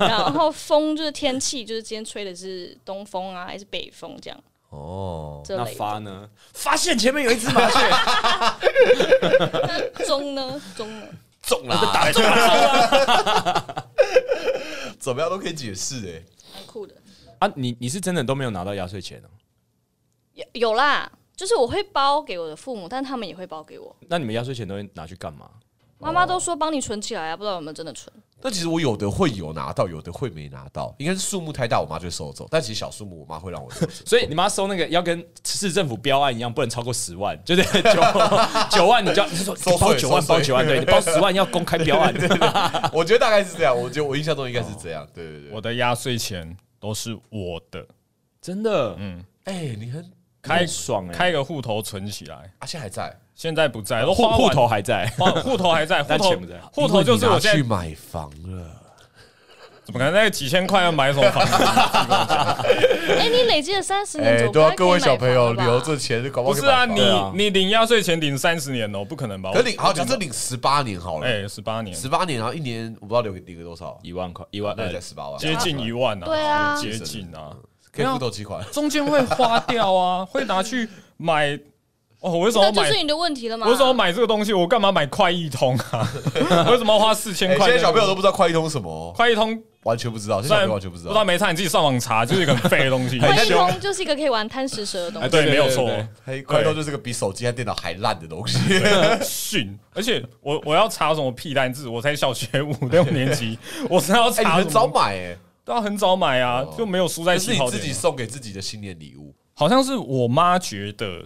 Speaker 4: 然后风就是天气，就是今天吹的是东风啊，还是北风这样
Speaker 2: 哦，
Speaker 4: 这
Speaker 1: 那
Speaker 4: 类
Speaker 1: 发呢？ 发现前面有一只麻雀，
Speaker 4: 的。中呢，中呢，
Speaker 2: 中了，打中了，怎么样都可以解释哎。
Speaker 4: 蛮酷的。
Speaker 1: 啊，你你是真的都没有拿到压岁钱哦？
Speaker 4: 有有啦，就是我会包给我的父母，但他们也会包给我。
Speaker 1: 那你们压岁钱都会拿去干嘛？。
Speaker 4: 妈妈都说帮你存起来啊，不知道有没有真的存。
Speaker 2: 但其实我有的会有拿到，有的会没拿到，应该是数目太大，我妈就会收走。但其实小数目，我妈会让我收走
Speaker 1: 所以你妈收那个要跟市政府标案一样，不能超过十万，就是九 九万，你就要你就说
Speaker 2: 收
Speaker 1: 你包
Speaker 2: 税
Speaker 1: 九万，
Speaker 2: 收税
Speaker 1: 包九万，对你包十万要公开 标案。
Speaker 2: 我觉得大概是这样，我觉得我印象中应该是这 样。对对对，
Speaker 3: 我的压岁钱都是我的，
Speaker 1: 真的，嗯，
Speaker 2: 哎，你很，
Speaker 3: 开
Speaker 1: 很爽哎
Speaker 3: 开个户头存起来，
Speaker 2: 啊，现在还在，
Speaker 3: 现在不在，都
Speaker 1: 户
Speaker 3: 花完
Speaker 1: 户头还在，
Speaker 3: 花户头还在，户
Speaker 1: 但
Speaker 3: 头
Speaker 1: 钱不在
Speaker 3: 户头就是我
Speaker 2: 因为
Speaker 3: 现
Speaker 2: 你拿去
Speaker 3: 在
Speaker 2: 买房了。
Speaker 3: 怎么可能那个几千块要买什么 房子？
Speaker 4: 哎、你累积了三十年，
Speaker 2: 哦哎，
Speaker 4: 总
Speaker 2: 对
Speaker 4: 该
Speaker 2: 啊
Speaker 4: 可，以
Speaker 2: 各位小朋友留
Speaker 4: 买房了吧
Speaker 2: 这钱，搞不好
Speaker 3: 不
Speaker 2: 可以
Speaker 3: 是
Speaker 2: 买
Speaker 3: 啊，
Speaker 2: 房
Speaker 3: 你
Speaker 1: 对啊
Speaker 3: 你领压岁钱领三十年哦，不可能吧？
Speaker 2: 可啊领好，假设领十八年好了，
Speaker 3: 哎十八年，
Speaker 2: 十八年，然后一年我不知道留给领个多少，
Speaker 1: 一万块，一万
Speaker 2: 那
Speaker 1: 二
Speaker 2: 才。十八万，
Speaker 3: 接近一万啊，
Speaker 4: 对啊
Speaker 3: 接近啊，
Speaker 2: 可以付头期款。
Speaker 3: 中间会花掉啊，会拿去买。哦，我为什么
Speaker 4: 那
Speaker 3: 要
Speaker 4: 就
Speaker 3: 买
Speaker 4: 是？你的问题了嘛？
Speaker 3: 我为什么要买这个东西？我干嘛买快一通啊？ 我为什么要花四千
Speaker 2: 哎，
Speaker 3: 块？
Speaker 2: 现在小朋友都不知道快一通是什么哦，
Speaker 3: 快一通，
Speaker 2: 完全不知道，现在小朋友完全不知
Speaker 3: 不知道
Speaker 2: 道。
Speaker 3: 没差，你自己上网查，就是一个很废 的东西。
Speaker 4: 快一通就是一个可以玩贪食蛇的东
Speaker 1: 哎
Speaker 4: 西。
Speaker 3: 对，没有
Speaker 1: 对
Speaker 3: 错
Speaker 1: 对，
Speaker 2: 嘿快一通就是个比手机和电脑还烂的东西。
Speaker 3: 训。而且我我要查什么屁单字？我才小学五 六年级，我是
Speaker 2: 哎，
Speaker 3: 要
Speaker 2: 你
Speaker 3: 查
Speaker 2: 很
Speaker 3: 什
Speaker 2: 早
Speaker 3: 么？
Speaker 2: 买哎，
Speaker 3: 都要很早买啊，就没有输在
Speaker 2: 这
Speaker 3: 起
Speaker 2: 是
Speaker 3: 跑
Speaker 2: 你自
Speaker 3: 点
Speaker 2: 己
Speaker 3: 啊。
Speaker 2: 送给自己的新年礼物
Speaker 3: 好像是我妈觉得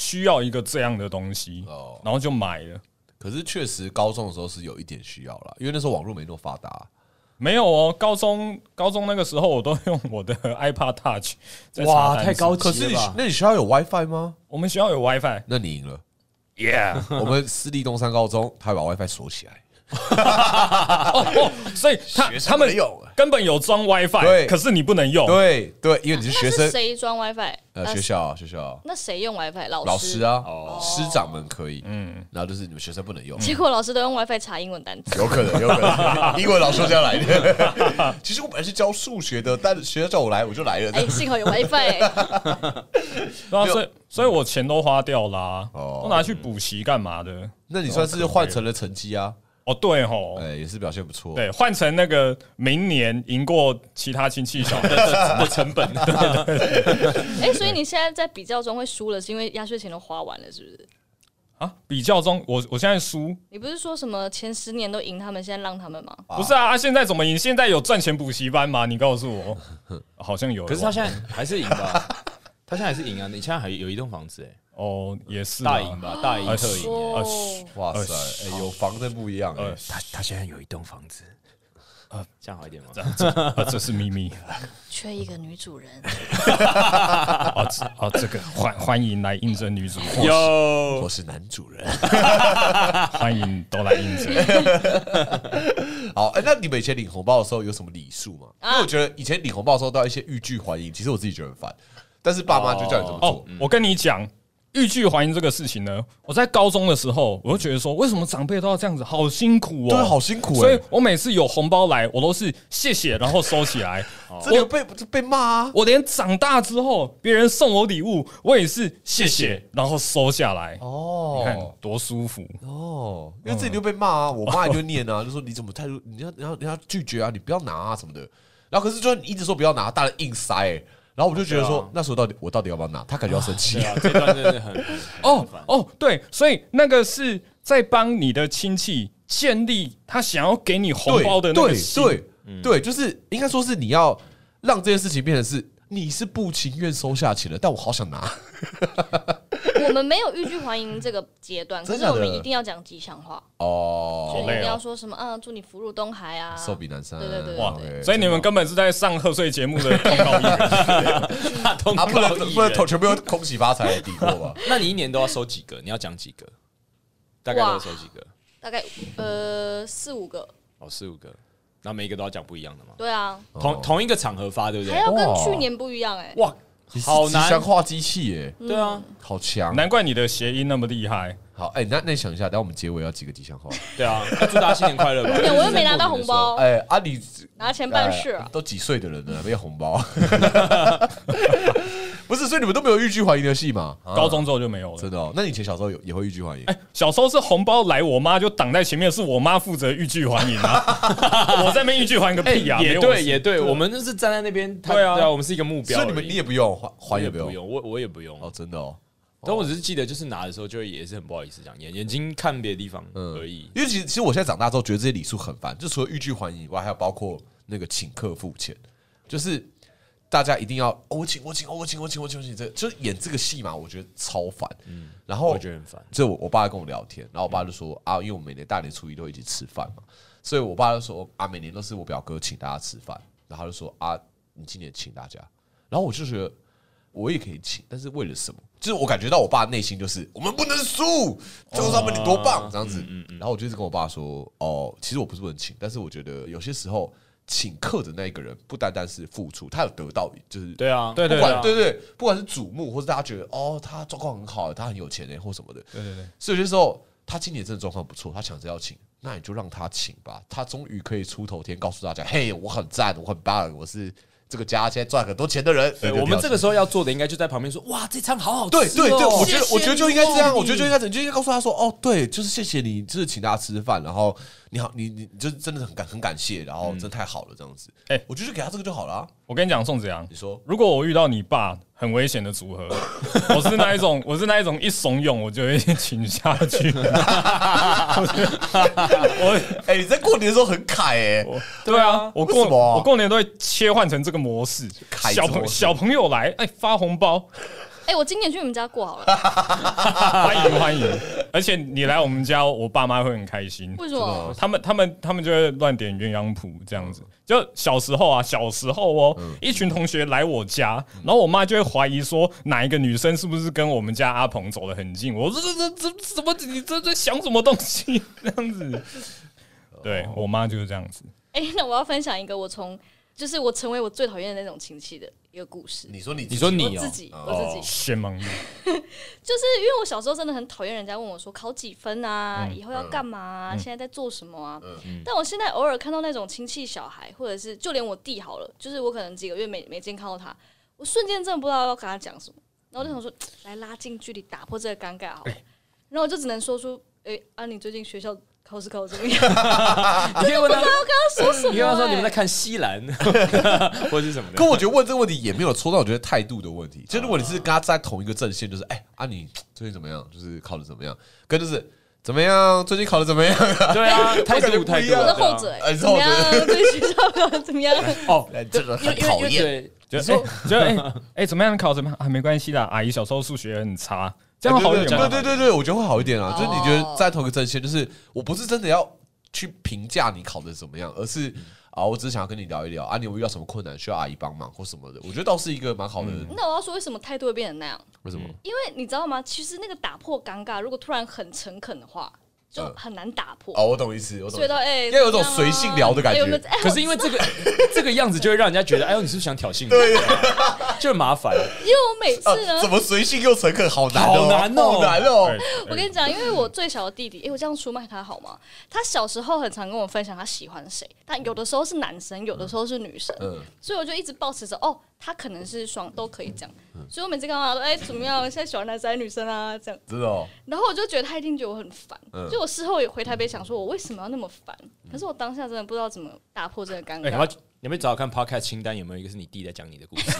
Speaker 3: 需要一个这样的东西，
Speaker 2: 哦。
Speaker 3: 然后就买了。
Speaker 2: 可是确实高中的时候是有一点需要啦，因为那时候网络没那么发达。
Speaker 3: 没有哦，高中高中那个时候我都用我的 iPad Touch 在查
Speaker 1: 哇
Speaker 3: 单词
Speaker 1: 太高级
Speaker 2: 可是你
Speaker 1: 是吧
Speaker 2: 那你学校有 WiFi 吗？
Speaker 3: 我们学校有 WiFi，
Speaker 2: 那你赢了。Yeah，我 们私立东山高中，他把 WiFi 锁起来。
Speaker 3: 哦哦，所以他
Speaker 2: 学生
Speaker 3: 他们
Speaker 2: 没有
Speaker 3: 根本有装 WiFi，
Speaker 2: 对
Speaker 3: 可是你不能用。
Speaker 2: 对对，因为你是学
Speaker 4: 那啊是
Speaker 2: 生，
Speaker 4: 谁装 WiFi？
Speaker 2: 呃，
Speaker 4: 那
Speaker 2: 学校啊学校啊
Speaker 4: 那谁用 WiFi？老
Speaker 2: 老师。啊
Speaker 1: 哦，
Speaker 2: 师长们可以，嗯，然后就是你们学生不能用。
Speaker 4: 结果老师都用 WiFi 查英文单词。
Speaker 2: 有可能，有可能，英文老师这样来的。 其实我本来是教数学的，但学校叫我来，我就来了。
Speaker 4: 哎、幸好有 WiFi，、
Speaker 3: 对啊，所以所以我钱都花掉啦，
Speaker 2: 哦
Speaker 3: 都拿去补习干嘛的？
Speaker 2: 那你算是换成了成绩啊，
Speaker 3: 哦，对吼，
Speaker 2: 哎，也是表现不错。
Speaker 3: 对，换成那个明年赢过其他亲戚小 孩，
Speaker 1: 的成本，
Speaker 4: 哎、所以你现在在比较中会输了，是因为压岁钱都花完了，是不是？
Speaker 3: 啊，比较中，我我现在输，
Speaker 4: 你不是说什么前十年都赢他们，现在让他们吗？
Speaker 3: 不是啊，啊现在怎么赢？现在有赚钱补习班吗？你告诉 我，好像有。啊
Speaker 1: 可是他现在还是赢吧？他现在还是赢啊！你现在还有一栋房子哎，
Speaker 3: 哦，也是啊
Speaker 1: 大赢吧，大赢
Speaker 3: 哎
Speaker 1: 特赢哎。
Speaker 4: 哦
Speaker 3: 啊，嘘
Speaker 2: 哇塞，哎有房真不一样哎
Speaker 3: 呃。
Speaker 1: 他他现在有一栋房子，呃这样好一点吗？
Speaker 3: 啊，这是秘密
Speaker 4: 缺一个女主人，
Speaker 3: 啊！这啊，这个欢欢迎来应征女主播，
Speaker 1: 有
Speaker 2: 我是男主人。
Speaker 3: 欢迎都来应 征。
Speaker 2: 好，哎，那你们以前领红包的时候有什么礼数吗？因为我觉得以前领红包的时候都要一些欲拒还迎，其实我自己觉得很烦，但是爸妈就叫你这么
Speaker 3: 哦
Speaker 2: 做。，
Speaker 1: 嗯
Speaker 3: 我跟你讲，欲拒还迎这个事情呢，我在高中的时候，我就觉得说，为什么长辈都要这样子，好辛苦哦，
Speaker 2: 对好辛
Speaker 1: 欸
Speaker 2: 苦哎
Speaker 3: 所以我每次有红包来，我都是谢谢，然后收起来。
Speaker 1: 哦
Speaker 2: 这个被被骂啊！
Speaker 3: 我连长大之后，别人送我礼物，我也是谢谢，然后收下来。你看
Speaker 2: 哦
Speaker 3: 多舒服。
Speaker 2: 哦，因为
Speaker 4: 嗯
Speaker 2: 自己就被骂啊，我妈也就念啊，就 说你怎么态度，你要你要你要拒绝啊，你不要拿啊什么的。然后可是就算你一直说不要拿，大人硬塞、欸，然后我就觉得说、
Speaker 4: 啊
Speaker 2: 那时候到底我到底要不要拿？他感觉要生气
Speaker 1: 对。啊， 这段真的很
Speaker 3: 哦哦，对，所以那个是在帮你的亲戚建立他想要给你红包的那个
Speaker 2: 对
Speaker 3: 心。嗯
Speaker 2: 对对，就是应该说是你要让这件事情变成是你是不情愿收下钱的，但我好想拿。
Speaker 4: 我们没有欲拒还迎这个阶段，可
Speaker 2: 真
Speaker 4: 是
Speaker 2: 的假
Speaker 4: 我
Speaker 2: 的
Speaker 4: 们一定要讲吉祥话，
Speaker 2: 哦，
Speaker 4: 所以一
Speaker 3: 累
Speaker 4: 定
Speaker 3: 哦
Speaker 4: 要说什么嗯，祝你福如东海啊，
Speaker 2: 寿比南山，
Speaker 4: 对对对对
Speaker 3: 哇
Speaker 2: OK，
Speaker 3: 所以你们根本是在上贺岁节目的广告艺 人，
Speaker 1: 大通
Speaker 2: 啊，不能
Speaker 1: 告艺
Speaker 2: 不能
Speaker 1: 人
Speaker 2: 投，全部都恭喜发财的底过 吧？
Speaker 1: 那你一年都要收几个？你要讲几个？大概都要收几个？
Speaker 4: 大概呃四五个，
Speaker 1: 哦，四五个，那每一个都要讲不一样的吗？
Speaker 4: 对啊，
Speaker 1: 同同一个场合发，对不
Speaker 4: 还
Speaker 1: 对？
Speaker 4: 要跟
Speaker 2: 哇
Speaker 4: 去年不一样哎，
Speaker 1: 哇，好
Speaker 2: 你是吉祥
Speaker 1: 难，
Speaker 2: 话机器耶，
Speaker 1: 对啊，
Speaker 2: 好强。
Speaker 3: 难怪你的谐音那么厉害。
Speaker 2: 好，哎，那那你想一下，等下我们结尾要几个吉祥话？
Speaker 1: 对啊，要祝大家新年快乐吧！
Speaker 4: 对我又没拿到红包
Speaker 2: 哎，啊你
Speaker 4: 拿钱办事啊
Speaker 2: 哎都几岁的人了，没有红包， 不是？所以你们都没有欲拒还迎的戏嘛？啊
Speaker 3: 高中之后就没有了
Speaker 2: 真。的哦？那你以前小时候有也会欲拒还迎？
Speaker 1: 哎
Speaker 3: 小时候是红包来，我妈就挡在前面，是我妈负责欲拒还迎啊， 我在那边欲拒还个
Speaker 1: 哎
Speaker 3: 屁啊！没
Speaker 1: 也
Speaker 3: 有
Speaker 1: 对，
Speaker 3: 事
Speaker 1: 也对，我们就是站在那边，他
Speaker 3: 对啊
Speaker 1: 我们是一个目标而已，
Speaker 2: 所以你们你也不用还
Speaker 1: 我
Speaker 2: 还
Speaker 1: 也
Speaker 2: 也不
Speaker 1: 不
Speaker 2: 用
Speaker 1: 用，我我也不用
Speaker 2: 哦，，真的哦。
Speaker 1: 但我只是记得，就是拿的时候就会也是很不好意思，这样眼眼睛看别的地方
Speaker 2: 嗯
Speaker 1: 而已。
Speaker 2: 因为其实其实我现在长大之后，觉得这些礼数很烦，就除了欲拒还迎以外，还有包括那个请客付钱，就是大家一定要、哦、我请我请、哦、我请我请我请我请，这就是演这个戏嘛，我觉得超烦。然后
Speaker 1: 嗯我觉得很烦。
Speaker 2: 就我我爸跟我聊天，然后我爸就说啊，因为我们每年大年初一都一起吃饭嘛，所以我爸就说啊，每年都是我表哥请大家吃饭，然后他就说啊，你今年请大家，然后我就觉得我也可以请，但是为了什么？就是我感觉到我爸内心就是我们不能输，就是他们你多棒这样子，然后我就一直跟我爸说哦，其实我不是不能请，但是我觉得有些时候请客的那一个人不单单是付出，他有得到，就是
Speaker 1: 对啊，
Speaker 3: 对
Speaker 2: 不
Speaker 3: 对
Speaker 2: 管
Speaker 1: 对
Speaker 2: 对对，不管是瞩目，或是大家觉得哦，他状况很好，他很有钱哎、或什么的，
Speaker 3: 对对对，
Speaker 2: 所以有些时候他今年真的状况不错，他抢着要请，那你就让他请吧。他终于可以出头天，告诉大家：“嘿，我很赞，我很棒，我是这个家现在赚很多钱的人。”
Speaker 1: 对，
Speaker 2: 你就
Speaker 1: 我们
Speaker 2: 不
Speaker 1: 这
Speaker 2: 要
Speaker 1: 个时候要做的应该就在旁边说，哇，这餐好好吃哦。
Speaker 2: 对对对，我觉得
Speaker 1: 谢谢
Speaker 2: 我觉得就应该这样，我觉得就应
Speaker 1: 你
Speaker 2: 该这样，你就应该告诉他说，哦，对，就是谢谢你，就是请大家吃饭，然后你好，你你你就是真的很感很感谢，然后真
Speaker 1: 嗯
Speaker 2: 的太好了这样子。
Speaker 3: 哎
Speaker 2: 我觉得就给他这个就好了啊。
Speaker 3: 我跟你讲，宋子阳
Speaker 2: 你，说
Speaker 3: 如果我遇到你爸，很危险的组合，我是那一种，我是那一种一怂恿我就会 请下去。我
Speaker 2: 哎、你在过年的时候很凯哎、
Speaker 3: 我对啊，我过
Speaker 2: 为什么
Speaker 3: 我过年都会切换成这个模式，
Speaker 2: 凯
Speaker 3: 小
Speaker 2: 子模
Speaker 3: 朋
Speaker 2: 式
Speaker 3: 小朋友来，哎，发红包，
Speaker 4: 哎，我今年去你们家过好了，
Speaker 3: 欢迎欢迎，而且你来我们家，我爸妈会很开心。
Speaker 4: 为什么？
Speaker 3: 他们他们他们就会乱点鸳鸯谱这样子。就小时候啊，小时候哦，
Speaker 2: 嗯
Speaker 3: 一群同学来我家，然后我妈就会怀疑说哪一个女生是不是跟我们家阿鹏走得很近。我说这这这怎么你这这想什么东西这样子？
Speaker 2: 哦
Speaker 3: 对我妈就是这样子。
Speaker 4: 哎，那我要分享一个我从就是我成为我最讨厌的那种亲戚的一个故事。
Speaker 2: 你说你自己
Speaker 1: 你说你哦
Speaker 4: 我自己，我自己，
Speaker 3: 先忙
Speaker 4: 就是因为我小时候真的很讨厌人家问我说考几分啊，
Speaker 1: 嗯
Speaker 4: 以后要干嘛、啊，现在在做什么啊。但我现在偶尔看到那种亲戚小孩，或者是就连我弟好了，就是我可能几个月没没见看到他，我瞬间真的不知道要跟他讲什么，然后就想说
Speaker 1: 嗯
Speaker 4: 来拉近距离，打破这个尴尬好了。
Speaker 1: 哎
Speaker 4: 然后我就只能说出，哎、啊，你最近学校考试考得怎么样？
Speaker 1: 可以问 他，
Speaker 4: 他说什么、
Speaker 1: 你跟他说
Speaker 4: 哎
Speaker 1: 你们在看西兰，或者是什么的
Speaker 2: 可。我觉得问这个问题也没有戳到我觉得态度的问题。就如果你是跟他在同一个阵线，就是哎、啊你最近怎么样？就是考的怎么样？跟就是怎么样？最近考的怎么样？
Speaker 1: 对啊，态
Speaker 2: 感觉
Speaker 1: 度
Speaker 2: 不
Speaker 1: 态
Speaker 2: 一
Speaker 1: 度，
Speaker 2: 样
Speaker 4: 我
Speaker 1: 对
Speaker 4: 的
Speaker 1: 啊
Speaker 4: 后者、
Speaker 2: 哎
Speaker 4: 哎，
Speaker 2: 你是
Speaker 4: 怎么样
Speaker 2: 后？
Speaker 4: 对学校考得 怎么样？
Speaker 1: 哦，
Speaker 2: 这个很
Speaker 1: 因为。对
Speaker 3: 就
Speaker 1: 你
Speaker 3: 说
Speaker 1: 说
Speaker 3: 就哎哎怎么样考怎么样啊？没关系啦，阿姨小时候数学很差，这样好一
Speaker 2: 哎对
Speaker 3: 点
Speaker 2: 对
Speaker 3: 吧。
Speaker 2: 对对对，我觉得会好一点啊。就是你觉
Speaker 4: 哦
Speaker 2: 得在同一个阵线，就是我不是真的要去评价你考的怎么样，而是啊，我只是想要跟你聊一聊啊，你有遇到什么困难需要阿姨帮忙或什么的，我觉得倒是一个蛮好的。
Speaker 4: 那我要说为什么态度会变成那样？
Speaker 2: 为什么？
Speaker 4: 因为你知道吗？其实那个打破尴尬，如果突然很诚恳的话，就
Speaker 2: 嗯
Speaker 4: 很难打破。
Speaker 2: 哦，我懂意思，我懂
Speaker 4: 所以
Speaker 2: 意
Speaker 4: 到
Speaker 2: 思。
Speaker 4: 哎，
Speaker 2: 要有种
Speaker 4: 怎么
Speaker 2: 随
Speaker 4: 样啊
Speaker 2: 性聊的感觉
Speaker 4: 哎我们哎
Speaker 1: 可是因为这个这个样子，就会让人家觉得，哎呦，你是不是想挑衅我？对， 就很麻烦。
Speaker 4: 哎因为我每次呢
Speaker 2: 啊，怎么随性又诚恳，好难哦，
Speaker 1: 好难哦
Speaker 2: 好难哦
Speaker 3: 哎。
Speaker 4: 我跟你讲，因为我最小的弟弟，哎，我这样出卖他好吗？他小时候很常跟我分享他喜欢谁，但有的时候是男生，有的时候是女生，
Speaker 2: 嗯，
Speaker 4: 所以我就一直保持着哦，他可能是双都可以这样。
Speaker 2: 嗯
Speaker 4: 所以我每次跟他说，哎，怎么样？现在喜欢男生还是女生啊？这样，
Speaker 2: 真的哦。
Speaker 4: 然后我就觉得他一定觉得我很烦，
Speaker 2: 嗯
Speaker 4: 就我事后也回台北想说，我为什么要那么烦？可是我当下真的不知道怎么打破这个尴
Speaker 1: 哎，你
Speaker 4: 尬
Speaker 1: 要。你们找找看 podcast 清单有没有一个是你弟在讲你的故事？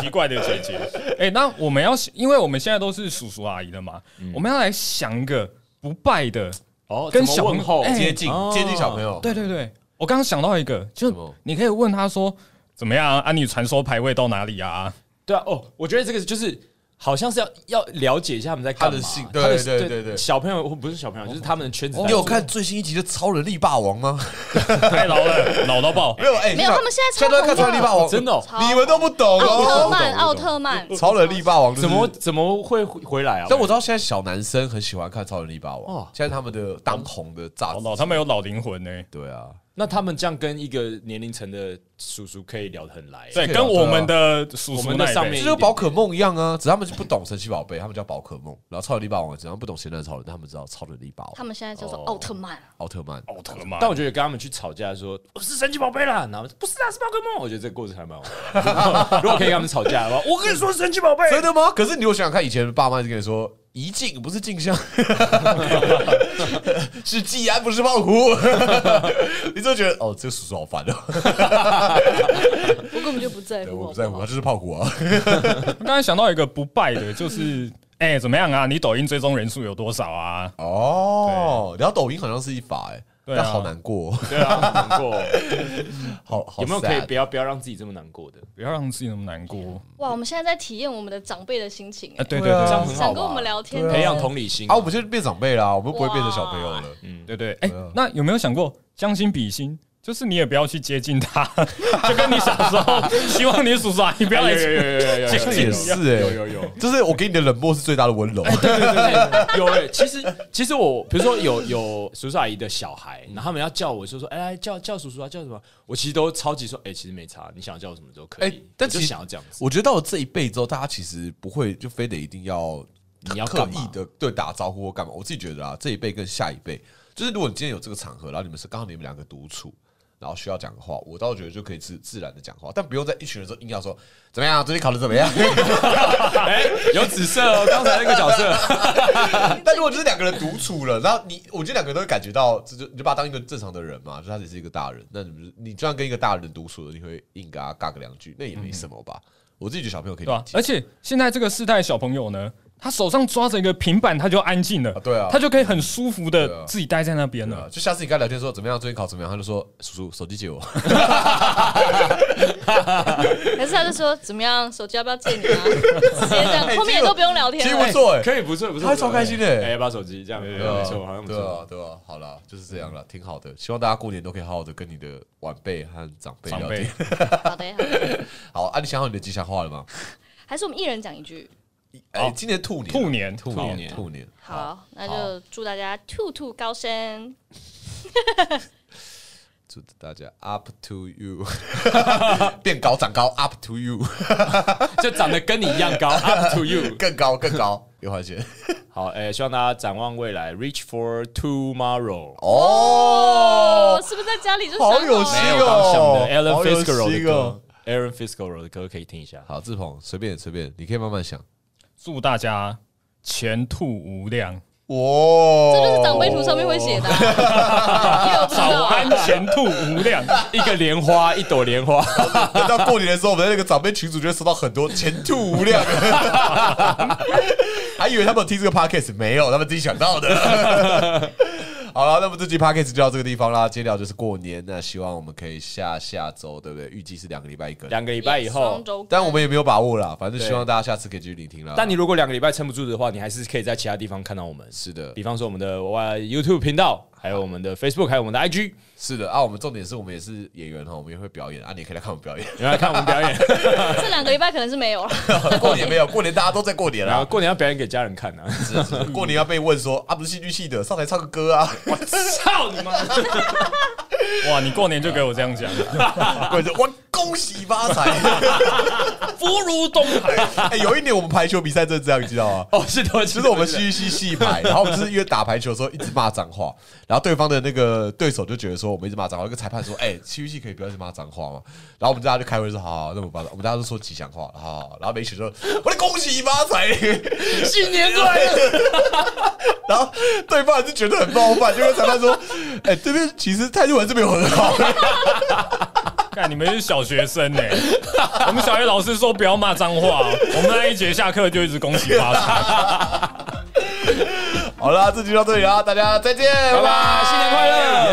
Speaker 3: 奇怪的姐姐。哎、那我
Speaker 1: 嗯
Speaker 3: 们要，因为我们现在都是叔叔阿姨的嘛，我们要来想一个不败的
Speaker 1: 哦，
Speaker 3: 跟
Speaker 1: 怎么
Speaker 3: 小
Speaker 1: 问
Speaker 3: 朋友
Speaker 1: 候
Speaker 3: 哎
Speaker 2: 接近
Speaker 1: 哦
Speaker 2: 接近小朋友，
Speaker 3: 对对对，我刚刚想到一个，
Speaker 2: 什
Speaker 3: 就
Speaker 2: 么
Speaker 3: 你可以问他说怎么样啊？啊你传说排位到哪 里啊？
Speaker 1: 对啊，哦，我觉得这个就是好像是要要了解一下他们在干嘛
Speaker 2: 他的性
Speaker 1: 他的
Speaker 2: 对对对对
Speaker 1: 小朋友不是小朋友，就是他们的圈子在做。
Speaker 2: 你有看最新一集的《超人力霸王》吗？
Speaker 3: 太老了，老到爆
Speaker 2: 没。有，哎，
Speaker 4: 没有
Speaker 2: 你看
Speaker 4: 他们现在超
Speaker 2: 现在都在看《
Speaker 4: 红
Speaker 2: 超
Speaker 4: 啊的
Speaker 2: 人力霸王》，
Speaker 1: 真的哦
Speaker 4: 超
Speaker 2: 你们都不懂
Speaker 4: 奥特
Speaker 2: 哦。
Speaker 4: 曼，奥特曼，
Speaker 2: 超人力霸王就是
Speaker 1: 怎么怎么会回回来啊？
Speaker 2: 但我知道现在小男生很喜欢看《超人力霸王
Speaker 1: 哦》，
Speaker 2: 现在他们的当红的炸
Speaker 3: 老
Speaker 2: 子
Speaker 3: 老，他们有老灵魂呢、
Speaker 2: 对啊，
Speaker 1: 那他们这样跟一个年龄层的叔叔可以聊得很来，
Speaker 3: 对，
Speaker 2: 对啊
Speaker 3: 跟我们的叔
Speaker 1: 我
Speaker 3: 叔
Speaker 1: 们的
Speaker 3: 那一
Speaker 1: 上
Speaker 3: 辈
Speaker 1: 面
Speaker 2: 这就跟宝可梦一样啊，只是他们就不懂神奇宝贝，他们叫宝可梦，然后超人力霸王，只要不懂咸蛋超人，但他们知道超人力霸
Speaker 4: 他
Speaker 2: 王、
Speaker 4: 们现在叫做奥特曼。
Speaker 2: 奥特曼。
Speaker 3: 奥特曼，
Speaker 1: 但我觉得跟他们去吵架说我是神奇宝贝啦，然后不是啊是宝可梦，我觉得这个过程还蛮好玩的。 如果可以跟他们吵架的 话，我跟你说神奇宝贝，
Speaker 2: 真的吗？可是你有想想看，以前爸妈就跟你说宜静不是静香， 是季安不是胖虎， 你就觉得哦，这个叔叔好烦哦，
Speaker 4: 我根本就不在
Speaker 2: 对
Speaker 4: 乎，
Speaker 2: 我不在乎，他就是胖虎啊。
Speaker 3: 我刚才想到一个不败的，就是哎、怎么样啊？你抖音追踪人数有多少啊？
Speaker 2: 哦，聊抖音好像是一法哎、
Speaker 3: 对
Speaker 2: 但
Speaker 3: 啊
Speaker 2: 好难过，
Speaker 1: 对啊，很难过。
Speaker 2: 好好
Speaker 1: 有没有可以
Speaker 2: sad
Speaker 1: 不要不要让自己这么难过的？
Speaker 3: 不要让自己那么难过
Speaker 4: 哇，我们现在在体验我们的长辈的心情、
Speaker 3: 啊！
Speaker 4: 哎
Speaker 3: 对对
Speaker 2: 对啊
Speaker 1: 这
Speaker 3: 对
Speaker 1: 样很好吧
Speaker 4: 想跟我们聊天，
Speaker 2: 对啊
Speaker 1: 培养同理心
Speaker 2: 啊？我们就变长辈啦，我们不会变成小朋友了。
Speaker 3: 对对，哎、那有没有想过将心比心？就是你也不要去接近他， 就跟你小时候 希望你叔叔阿姨不要来
Speaker 1: 哎有有有有有有，
Speaker 3: 接
Speaker 2: 这
Speaker 3: 近
Speaker 2: 也
Speaker 3: 你
Speaker 2: 是。哎、
Speaker 1: 有有有。
Speaker 2: 就是我给你的冷漠是最大 的温柔。
Speaker 1: 对对对对，有诶、其实其实我比如说有有叔叔阿姨的小孩，然后他们要叫我就说，哎、来叫叫叔叔啊，叫什么？我其实都超级说，哎、其实没差，你想叫我什么都可以。
Speaker 2: 哎但
Speaker 1: 我就
Speaker 2: 其实
Speaker 1: 想要这样子，
Speaker 2: 我觉得到了这一辈之后，大家其实不会就非得一定要
Speaker 1: 你要
Speaker 2: 刻
Speaker 1: 干嘛
Speaker 2: 意的对打招呼或干嘛。我自己觉得啊，这一辈跟下一辈，就是如果你今天有这个场合，然后你们是刚好你们两个独处，然后需要讲话，我倒觉得就可以自自然的讲话，但不用在一群人的时候硬要说怎么样，最近考的怎 么样。
Speaker 1: 哎、有紫色哦，刚才那个角色，
Speaker 2: 但如果就是两个人独处了，然后你，我觉得两个人都会感觉到，这就你就把他当一个正常的人嘛，就他只是一个大人。那你们就你就算跟一个大人独处了，你会硬跟他尬个两句，那也没
Speaker 1: 嗯
Speaker 2: 什么吧？我自己觉得小朋友可以
Speaker 3: 对
Speaker 1: 啊
Speaker 3: 吧、
Speaker 2: 理解
Speaker 3: 而且现在这个世代的小朋友呢，他手上抓着一个平板，他就安静了、
Speaker 2: 啊对啊
Speaker 3: 他就可以很舒服
Speaker 2: 对啊
Speaker 3: 的自己待在那边
Speaker 2: 对
Speaker 3: 了、
Speaker 2: 啊就下次你跟他聊天说怎么样，最近考怎么样，他就说叔叔手机借我。
Speaker 4: 哎还是他 就说怎么样，手机要不要借你啊？直接这样，后面也都不用聊
Speaker 2: 哎其实
Speaker 4: 天
Speaker 2: 不
Speaker 4: 了。
Speaker 2: 错哎、
Speaker 1: 可以不错不错，
Speaker 2: 他超开心的
Speaker 1: 哎、把手机这样，
Speaker 2: 对啊
Speaker 1: 没错，好像不
Speaker 2: 对啊
Speaker 1: 错。，
Speaker 2: 对啊，好啦，就是这样啦，挺好的。希望大家过年都可以好好的跟你的晚辈和长辈聊
Speaker 3: 长辈
Speaker 2: 天。
Speaker 4: 好的，好的
Speaker 2: 好啊，你想好你的吉祥话了吗？
Speaker 4: 还是我们一人讲一句。
Speaker 2: 哎、
Speaker 3: 好
Speaker 2: 今年兔年，
Speaker 3: 兔年
Speaker 2: 兔
Speaker 1: 哦兔
Speaker 2: 年，
Speaker 1: 年
Speaker 2: 兔年。
Speaker 4: 好，那就祝大家兔兔高升。
Speaker 2: 祝大家 up to you，变高长高 up to you，
Speaker 1: 就长得跟你一样高，up to you。
Speaker 2: 更高更高，有花钱
Speaker 1: 好，哎、希望大家展望未来，reach for tomorrow。
Speaker 4: 哦
Speaker 2: 哦，，
Speaker 4: 是不是在家里就想
Speaker 2: 好
Speaker 4: 好
Speaker 2: 有
Speaker 4: 了
Speaker 2: 戏
Speaker 1: 没有
Speaker 2: 哦
Speaker 1: 刚想的
Speaker 2: 好
Speaker 1: Alan
Speaker 2: 有
Speaker 1: Fitzgerald 的
Speaker 2: 心哦
Speaker 1: 歌，Alan Fitzgerald 的歌可以听一下。
Speaker 2: 好，志鹏随便随便，你可以慢慢想。
Speaker 3: 祝大家前途无量，
Speaker 2: 哇，
Speaker 4: 这
Speaker 2: 这
Speaker 4: 就是长辈图上面会写的啊，因为我不知
Speaker 3: 早
Speaker 4: 道啊
Speaker 3: 安，前途无量。
Speaker 1: 一个莲花，一朵莲花。
Speaker 2: 等到过年的时候，我们在那个长辈群组就会收到很多前途无量， 还以为他们有听这个 podcast，没有，他们自己想到的。 好了，那么这期 podcast 就到这个地方啦。接下来就是过年，那希望我们可以下下周，对不对？预计是两个礼拜一更，
Speaker 1: 两个礼拜以后
Speaker 4: 双，周更，
Speaker 2: 但我们也没有把握啦，反正
Speaker 1: 对
Speaker 2: 希望大家下次可以继续聆听啦。
Speaker 1: 但你如果两个礼拜撑不住的话，你还是可以在其他地方看到我们，
Speaker 2: 是的
Speaker 1: 比，方说我们的哇 YouTube 频道，还有我们的 Facebook，还有我们的 IG，
Speaker 2: 是的啊，我们重点是我们也是演员哈，我们也会表演啊，你也可以来看我们表演。
Speaker 1: 你们来看我们表演，
Speaker 4: 这两个礼拜可能是没有了。
Speaker 2: 过年没有，过年大家都在过 年
Speaker 1: 然后
Speaker 2: 啦。
Speaker 1: 过年要表演给家人看啊！
Speaker 2: 是是过年要被问说啊，不是戏剧系的，上台唱个歌啊，
Speaker 3: 操你妈！哇，你过年就给我这样讲，
Speaker 2: 或者我恭喜发 财。
Speaker 3: 福如东海。
Speaker 2: 哎，有一年我们排球比赛真的这样，你知道吗？
Speaker 1: 哦，是的，
Speaker 2: 就
Speaker 1: 就是
Speaker 2: 我们戏剧系戏排，然后我们就是因为打排球的时候一直骂脏话，然后对方的那个对手就觉得说我们一直骂脏话，那个裁判说：“哎、戏剧系可以不要一直骂脏话吗？”然后我们大家就开会说：“好好，那我们把我们大家都说吉祥话，好好好。”然后每一群说：“我的恭喜发财。”
Speaker 1: 新年快乐。
Speaker 2: 然后对方还是觉得很冒犯，就跟裁判说：“哎、这边其实态度还是没有很好。
Speaker 3: 看你们是小学生呢、我们小学老师说不要骂脏话，我们那一节下课就一直恭喜发财。”
Speaker 5: 好啦，这集到这里啦，大家再见，
Speaker 2: 拜拜，新年快乐！